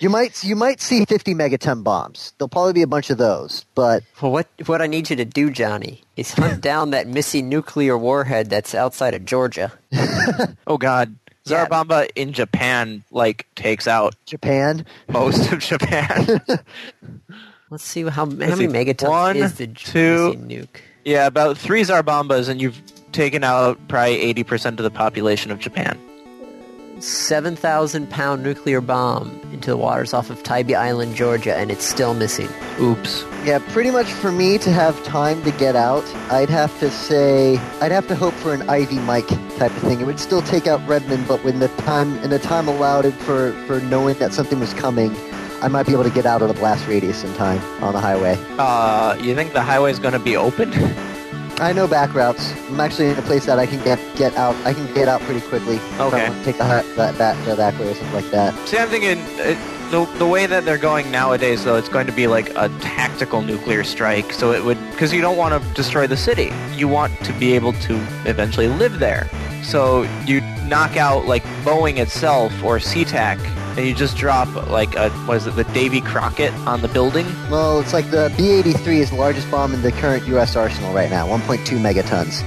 you might you might see fifty megaton bombs. There'll probably be a bunch of those, but
Well, what what I need you to do, Johnny, is hunt down that missing nuclear warhead that's outside of Georgia.
Oh God,
Yeah.
Zarabamba in Japan like takes out
Japan.
most of Japan.
Let's see how how
see.
many megatons
One,
is the
two-
missing nuke.
yeah, about three Zarbombas, and you've taken out probably eighty percent of the population of Japan.
Seven thousand pound nuclear bomb into the waters off of Tybee Island, Georgia, and it's still missing.
Oops.
Yeah, pretty much for me to have time to get out, I'd have to say I'd have to hope for an Ivy Mike type of thing. It would still take out Redmond, but when the time and the time allowed it for for knowing that something was coming, I might be able to get out of the blast radius in time on the highway.
Uh, you think the highway's gonna be open?
I know back routes. I'm actually in a place that I can get get out. I can get out pretty quickly. if I
Okay.
want to Take the hi- that that the back way or something like that.
See, I'm thinking it, the the way that they're going nowadays, though, it's going to be like a tactical nuclear strike. So it would because you don't want to destroy the city. You want to be able to eventually live there. So you knock out like Boeing itself or SeaTac, and you just drop like a what is it the Davy Crockett on the building?
Well, it's like the B-83 is the largest bomb in the current U.S. arsenal right now, 1.2 megatons.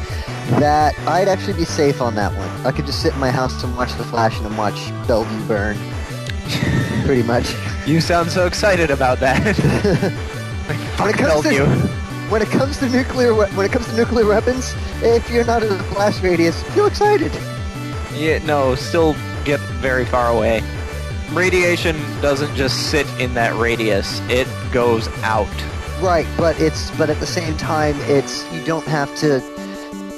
That I'd actually be safe on that one. I could just sit in my house and watch the flash and then watch Bellevue burn, pretty much.
You sound so excited about that. Like,
When
fuck
it comes to-
Bellevue.
When it comes to nuclear, we- when it comes to nuclear weapons, if you're not in the blast radius, feel excited.
Yeah, no, still get very far away. Radiation doesn't just sit in that radius, it goes out.
Right, but it's but at the same time, it's you don't have to.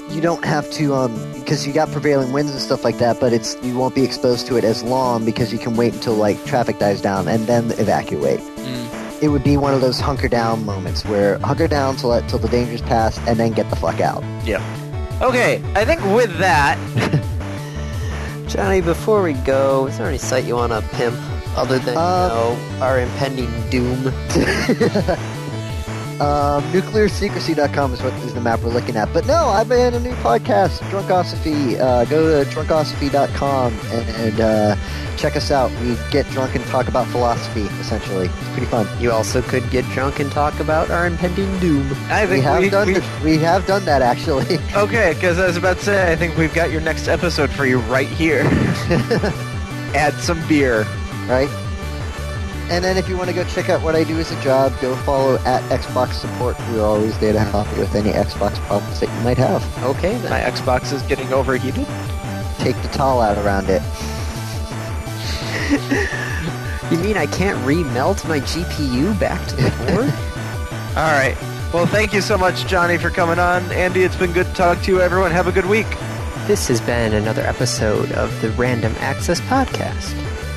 You don't have to, um, because you got prevailing winds and stuff like that. But it's you won't be exposed to it as long because you can wait until like traffic dies down and then evacuate. It would be one of those hunker down moments where hunker down till it- till the danger's passed and then get the fuck out.
Okay, I think with that,
Johnny, before we go, is there any site you want to pimp other than you
Uh,
know, our impending doom?
Um, nuclearsecrecy.com is what is the map we're looking at. But no, I've been a new podcast, Drunkosophy. Uh, go to drunkosophy.com and, and uh, check us out. We get drunk and talk about philosophy, essentially. It's pretty fun.
You also could get drunk and talk about our impending doom.
I
We
think
have
we,
done
we-
th- we have done that actually.
Okay, because I was about to say, I think we've got your next episode for you right here. Add some beer.
right? And then if you want to go check out what I do as a job, go follow at Xbox Support. We're always there to help you with any Xbox problems that you might have.
Okay then.
My Xbox is getting overheated.
Take the towel out around it.
You mean I can't remelt my GPU back to the board?
All right. Well, thank you so much, Johnny, for coming on. Andy, it's been good to talk to you. Everyone, have a good week.
This has been another episode of the Random Access Podcast.